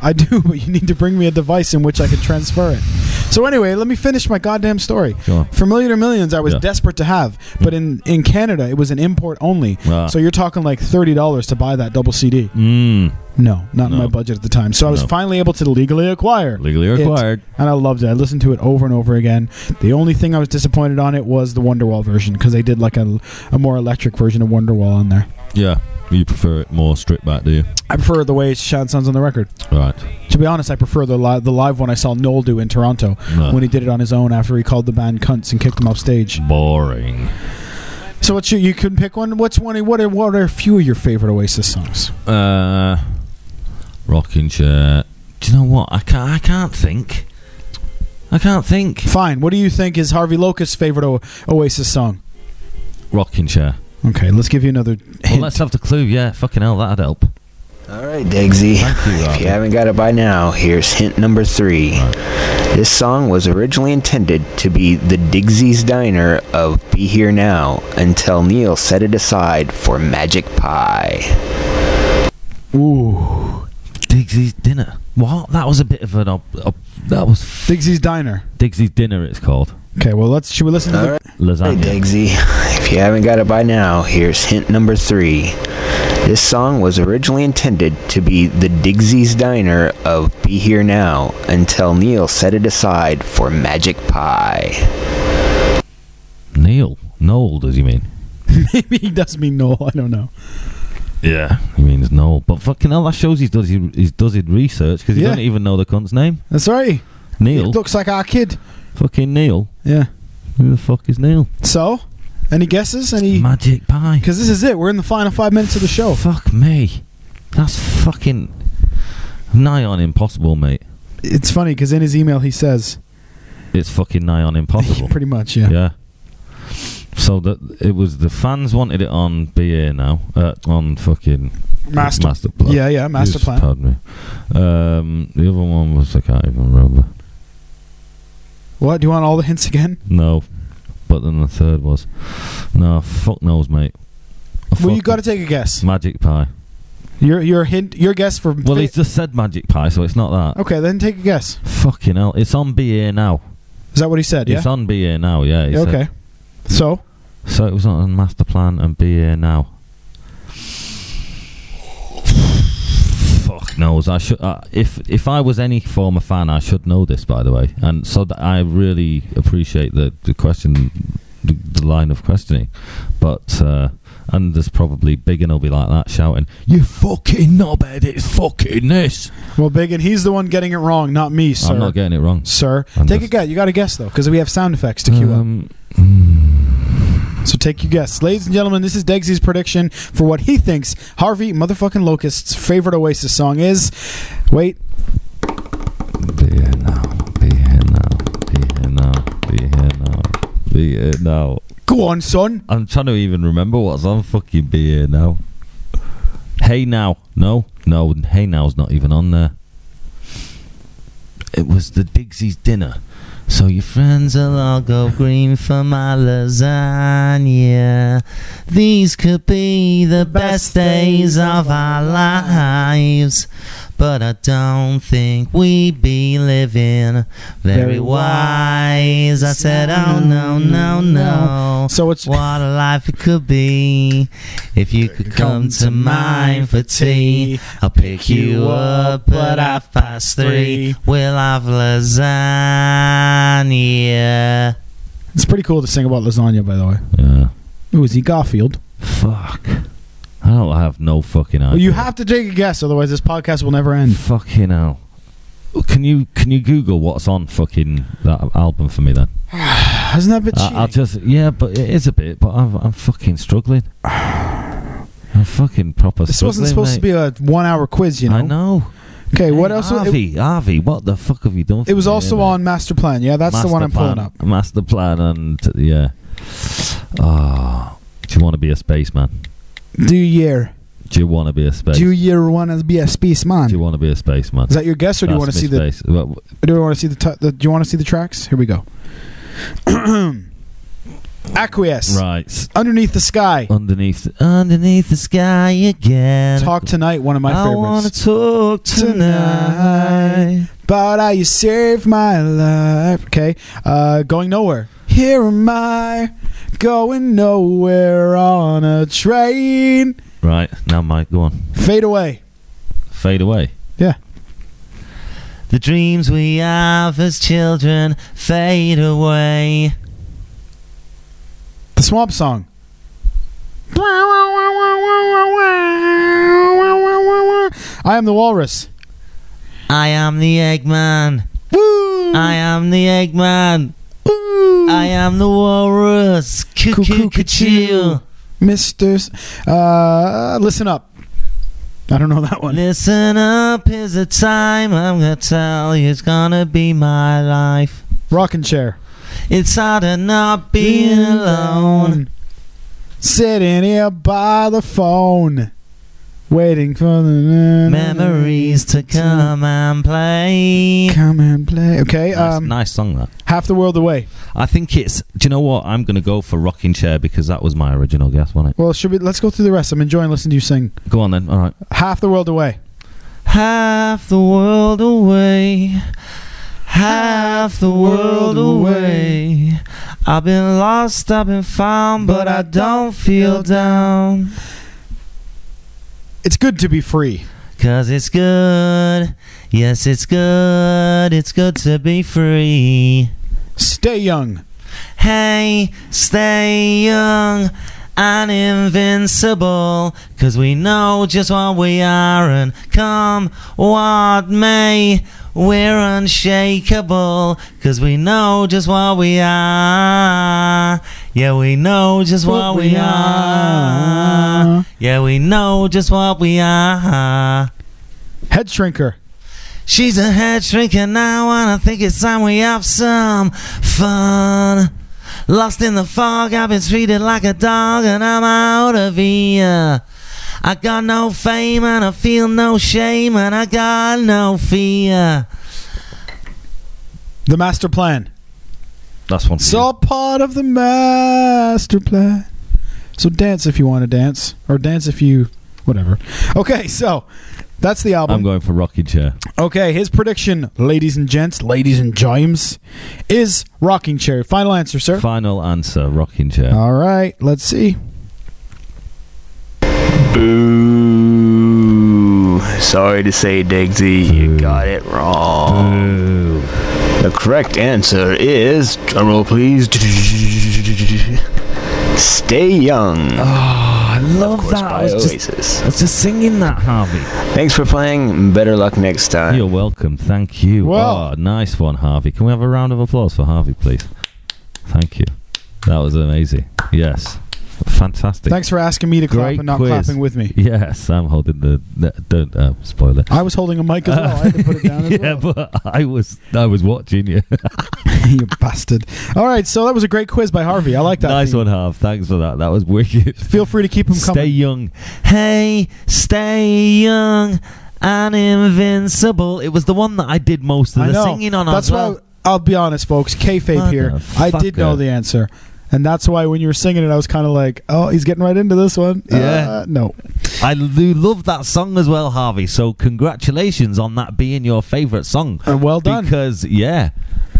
A: I do, but you need to bring me a device in which I can transfer it. So anyway, let me finish my goddamn story.
E: Go on.
A: Familiar to Millions, I was
E: Yeah.
A: desperate to have, but in in Canada, it was an import only.
E: Ah.
A: So you're talking like thirty dollars to buy that double CD.
E: Mm,
A: No, not in
E: No.
A: my budget at the time. So I was
E: No.
A: finally able to legally acquire.
E: legally
A: it,
E: acquired.
A: and I loved it. I listened to it over and over again. The only thing I was disappointed on it was the Wonderwall version because they did like a, a more electric version of Wonderwall on there.
E: Yeah, you prefer it more stripped back, do you?
A: I prefer the way it sounds on the record.
E: Right.
A: To be honest, I prefer the li- the live one I saw Noel do in Toronto
E: No.
A: when he did it on his own after he called the band cunts and kicked them off stage.
E: Boring.
A: So what's your, you couldn't pick one? What's one? What are what are a few of your favorite Oasis songs?
E: Uh, rocking chair. Do you know what? I can't. I can't think. I can't think.
A: Fine. What do you think is Harvey Locust's favorite o- Oasis song?
E: Rocking chair.
A: Okay, let's give you another
E: Well,
A: hint.
E: let's have the clue. Yeah, fucking hell, that'd help.
G: All right, Degsy.
E: Thank you,
G: If
E: Rob.
G: you haven't got it by now, here's hint number three. This song was originally intended to be the Digsy's Diner of Be Here Now until Neil set it aside for Magic Pie.
A: Ooh,
E: Digsy's dinner. What? That was a bit of an. Ob- ob- that was f-
A: Dixie's Diner.
E: Digsy's dinner. It's called
A: Okay, well let's should we listen to the
G: All right,
E: lasagna.
G: Degsy. If you haven't got it by now, here's hint number three. This song was originally intended to be the Digsy's Diner of Be Here Now until Neil set it aside for Magic Pie.
E: Neil. Noel, does he mean?
A: maybe he does mean Noel. I don't know.
E: Yeah, he means Noel. But fucking hell, that shows he does his, he does his research because he
A: Yeah.
E: doesn't even know the cunt's name.
A: That's right.
E: Neil.
A: It looks like our kid.
E: Fucking Neil.
A: Yeah.
E: Who the fuck is Neil?
A: So, any guesses? Any?
E: Magic Pie.
A: Because this is it. We're in the final five minutes of the show.
E: Fuck me. That's fucking nigh on impossible, mate.
A: It's funny because in his email he says,
E: It's fucking nigh on impossible.
A: pretty much, yeah.
E: Yeah. So that it was the fans wanted it on BA now uh, on fucking
A: Master-
E: plan.
A: Yeah, yeah, Master
E: Yes,
A: Plan.
E: Pardon me. Um, the other one was I can't even remember.
A: What? Do you want all the hints again?
E: No, but then the third was no fuck knows, mate.
A: Well, you got to take a guess.
E: magic pie.
A: Your your hint, your guess for.
E: Well, he's just said magic pie, so it's not that.
A: okay, then take a guess.
E: Fucking hell, it's on BA now.
A: Is that what he said? Oh. Yeah.
E: It's on BA now. Yeah. he said.
A: okay. So,
E: So it was on Master Plan and BA now. Fuck knows. I should. Uh, if if I was any former fan, I should know this. By the way, and so that I really appreciate the the question, the, the line of questioning, but. Uh, and there's probably Big and will be like that shouting, "You fucking knobhead! It's fucking this."
A: well, Biggin, he's the one getting it wrong, not me, sir.
E: I'm not getting it wrong.
A: sir,
E: I'm
A: take a
E: just-
A: guess. You got to guess though, because we have sound effects to cue
E: Um,
A: up. So take your guess, ladies and gentlemen. This is Degsy's prediction for what he thinks Harvey motherfucking Locust's favorite Oasis song is. Wait,
E: Be here now. Be here now. Be here now. Be here now. Be here now.
A: go on, son.
E: I'm trying to even remember what's on fucking be here now. Hey now. No. No. Hey now's not even on there. It was the Dixie's dinner. So your friends
H: will all go green for my lasagna. These could be the best days of our lives. But I don't think we'd be living very wise. I said, oh no, no, no.
A: Mm-hmm. So it's-
H: what a life it could be if you could come to mine for tea. I'll pick you up at half past three. We'll have lasagna.
A: It's pretty cool to sing about lasagna, by the way.
E: Yeah.
A: It was E. Garfield.
E: Fuck. I don't have no fucking idea.
A: Well, you have to take a guess, otherwise this podcast will never end.
E: fucking hell. Can you can you Google what's on fucking that album for me then?
A: Hasn't that been
E: I, I'll
A: cheating?
E: just yeah, but it is a bit. But I'm I'm fucking struggling. I'm fucking proper.
A: This wasn't
E: struggling,
A: supposed to
E: mate.
A: be a one-hour quiz, you know.
E: I know.
A: Okay, what
E: Hey,
A: else? was- It,
E: Harvey, Harvey, what the fuck have you done? For
A: it was
E: me,
A: also
E: innit?
A: on Master Plan. Yeah, that's the one I'm
E: Master
A: pulling
E: Plan-
A: up.
E: Master plan and yeah. Ah, do you want to be a spaceman?
A: Do year,
E: Do you want to be a space?
A: do year one as be a spaceman?
E: Do you want to be a spaceman?
A: Is that your guess, or do you want to see the?
E: Well,
A: Do you want to see the, t- the? Do you want to see the tracks? Here we go. Acquiesce.
E: right
A: Underneath the sky.
E: underneath underneath the sky again?
A: Talk tonight. One of my
E: I wanna
A: favorites.
E: talk tonight.
A: About how you saved my life. Okay. Uh, going nowhere. Here am I, going nowhere on a train.
E: Right now, Mike, go on.
A: Fade away.
E: Fade away.
A: Yeah.
H: The dreams we have as children fade away.
A: The Swamp Song. I am the walrus.
H: I am the Eggman.
A: Woo!
H: I am the Eggman. I am the walrus. Cuckoo,
A: Cuckoo,
H: cuckoo.
A: cuckoo. Mr. S- Uh, listen up. I don't know that one.
H: Listen up, is the time I'm gonna tell you it's gonna be my life.
A: Rocking chair.
H: It's hard to not be alone.
A: Sitting here by the phone. Waiting for the
H: Memories to come and play.
A: Come and play. Okay,
E: Nice,
A: um,
E: nice song that.
A: half the world away.
E: I think it's. Do you know what? I'm gonna go for rocking chair because that was my original guess, wasn't
A: Well, should we? Let's go through the rest. I'm enjoying listening to you sing.
E: it? Go on then. All right.
A: Half the world away.
H: Half the world away. Half the world away. I've been lost, I've been found, but I don't feel down.
A: It's good to be free.
H: Cause it's good. Yes, it's good. It's good to be free.
A: Stay young.
H: Hey, stay young and invincible. Cause we know just what we are and come what may. We're unshakable, cause we know just what we are. Yeah, we know just what, we, Uh. are. Yeah, we know just what we are.
A: Head shrinker.
H: She's a head shrinker now, and I think it's time we have some fun. Lost in the fog, I've been treated like a dog, and I'm out of here. I got no fame, and I feel no shame, and I got no fear.
A: The master plan.
E: That's one. for
A: It's
E: you.
A: all part of the master plan. So dance if you want to dance, or dance if you whatever. Okay, so that's the album.
E: I'm going for rocking chair.
A: Okay, his prediction, ladies and gents, ladies and gimes, is rocking chair. Final answer, sir.
E: Final answer, rocking chair.
A: All right, let's see.
G: Boo. Sorry to say, Degsy, you got it
E: Oh.
G: wrong. The correct answer is drumroll, please. Stay young.
E: I love
G: course,
E: that. I
G: by
E: was, just,
G: Oasis.
E: I was just singing that, Harvey.
G: Thanks for playing. Better luck next time.
E: You're welcome. Thank you.
A: Well-
E: oh, nice one, Harvey. Can we have a round of applause for Harvey, please? Thank you. That was amazing. Yes. Fantastic.
A: Thanks for asking me to clap
E: Great
A: and not
E: quiz.
A: clapping with me.
E: Yes, I'm holding the. the- Don't uh, spoil it.
A: I was holding a mic as well. I had to put it down as
E: yeah,
A: well.
E: but I was I was watching you.
A: you bastard. All right, so that was a great quiz by Harvey. I like that.
E: nice
A: theme.
E: one, Harv. Thanks for that. That was wicked.
A: Feel free to keep him
E: Stay
A: coming.
E: young.
H: Hey, stay young and invincible. It was the one that I did most of
A: I
H: the
A: know.
H: singing on.
A: That's
H: as well.
A: why I'll be honest, folks. Kayfabe here. I did know
E: Motherfucker.
A: the answer, and that's why when you were singing it, I was kind of like, "Oh, he's getting right into this one."
E: Yeah.
A: Uh, no.
E: I do love that song as well, Harvey. So congratulations on that being your favourite song.
A: And Oh, well done.
E: Because yeah,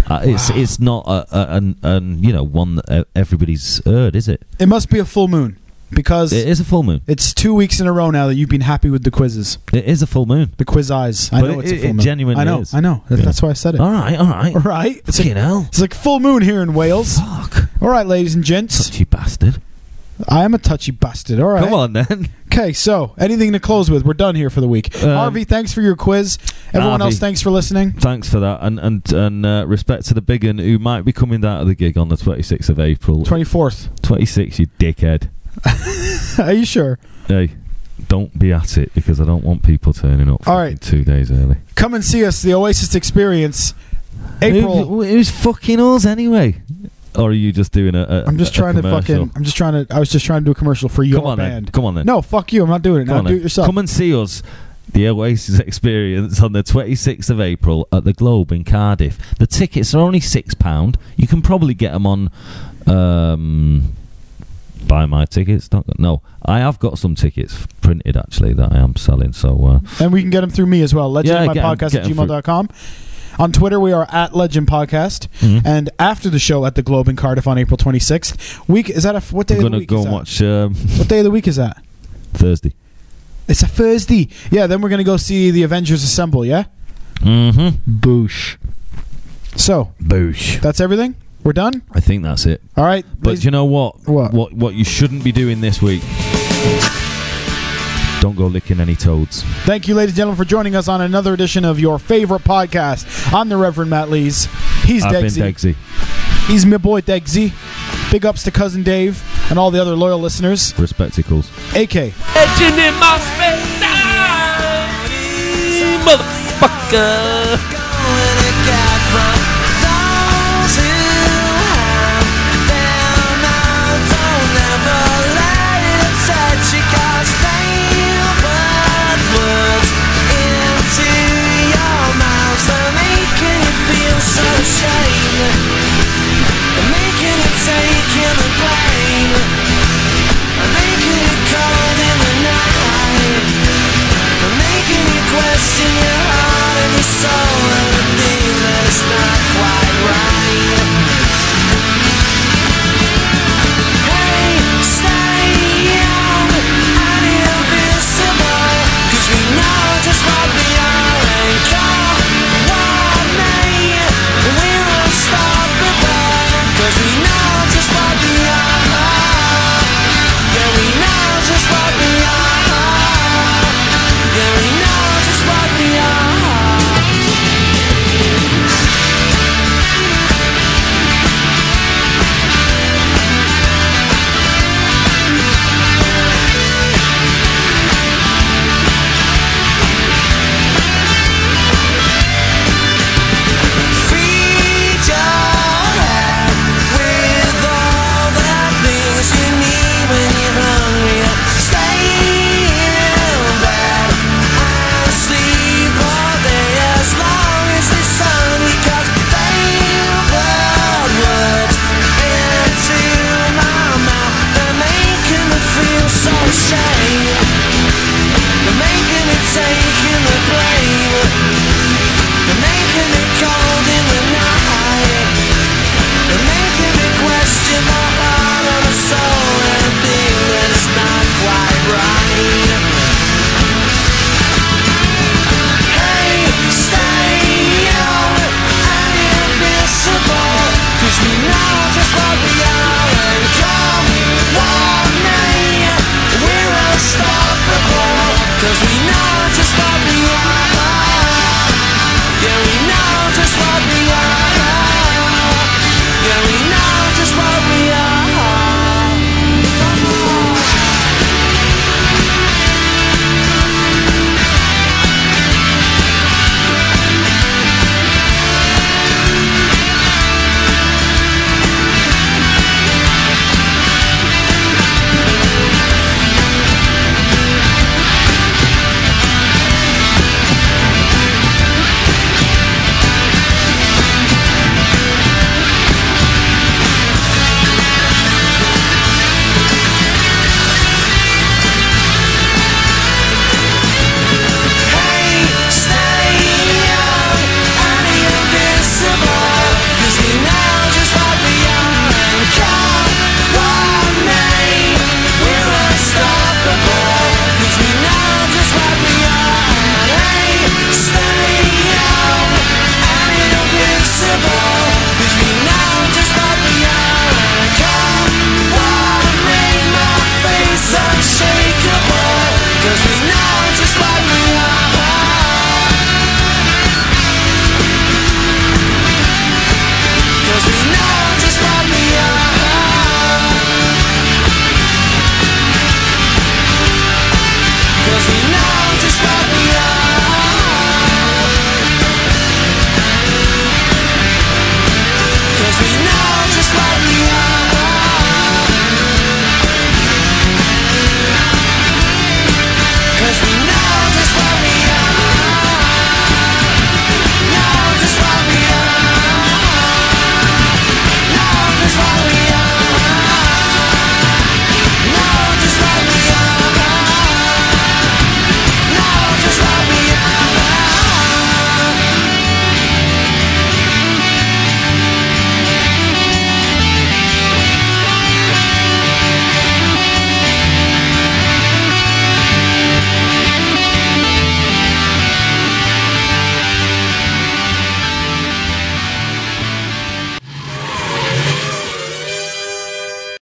E: uh, it's it's not a, a, an, an you know one that uh, everybody's heard, is it?
A: It must be a full moon because
E: It is a full moon.
A: it's two weeks in a row now that you've been happy with the quizzes,
E: It is a full moon.
A: the quiz eyes. I
E: But
A: know
E: it-
A: it's a
E: it-
A: full
E: it
A: moon.
E: genuinely
A: I know.
E: is.
A: I know. That- That's why I said it.
E: All right, all right.
A: All right. It's
E: Fucking
A: like,
E: hell.
A: it's like full moon here in Wales.
E: Fuck.
A: All right, ladies and gents.
E: Touchy bastard.
A: I am a touchy bastard. All right.
E: Come on then.
A: Okay, so anything to close with? We're done here for the week.
E: Um,
A: Harvey, thanks for your quiz. Everyone
E: Harvey.
A: else, thanks for listening.
E: Thanks for that, and and and uh, respect to the big un who might be coming down to the gig on the twenty sixth of April.
A: Twenty fourth.
E: Twenty six, you dickhead.
A: Are you sure?
E: Hey, don't be at it because I don't want people turning up.
A: All
E: fucking
A: right.
E: two days early.
A: Come and see us, the Oasis Experience, April.
E: Who- who's fucking us anyway? Or are you just doing a? a
A: I'm just
E: a
A: trying to
E: commercial?
A: fucking. I'm just trying to. I was just trying to do a commercial for your
E: Come on
A: band.
E: then. Come on then.
A: No, fuck you. I'm not doing it.
E: Come
A: Now
E: on
A: do
E: then.
A: it yourself.
E: Come and see us. The Oasis Experience on the 26th of April at the Globe in Cardiff. The tickets are only six pound. You can probably get them on. Um, buy my tickets. Don't- No, I have got some tickets printed actually that I am selling. So uh,
A: and we can get them through me as well. Legend
E: Yeah,
A: my
E: get 'em-
A: podcast
E: get
A: at
E: 'em through-
A: gmail.com. On Twitter, we are at Legend Podcast.
E: Mm-hmm.
A: And after the show at the Globe in Cardiff on April 26th, week is that a f- what day
E: I'm
A: of the
E: gonna
A: week
E: go
A: is
E: and
A: that?
E: watch um,
A: What day of the week is that?
E: Thursday.
A: It's a Thursday. Yeah, then we're gonna go see the Avengers Assemble. Yeah.
E: Mm-hmm.
A: Boosh. So
E: Boosh.
A: that's everything. We're done.
E: I think that's it.
A: All right.
E: But
A: ladies-
E: you know what?
A: What?
E: What? What you shouldn't be doing this week? Don't go licking any toads.
A: Thank you, ladies and gentlemen, for joining us on another edition of your favorite podcast. I'm the Reverend Matt Lees. He's
E: I've
A: Degsy.
E: been Degsy.
A: He's my boy Degsy. Big ups to cousin Dave and all the other loyal listeners.
E: Respectacles.
A: AK.
J: Legend in my spare time. Motherfucker.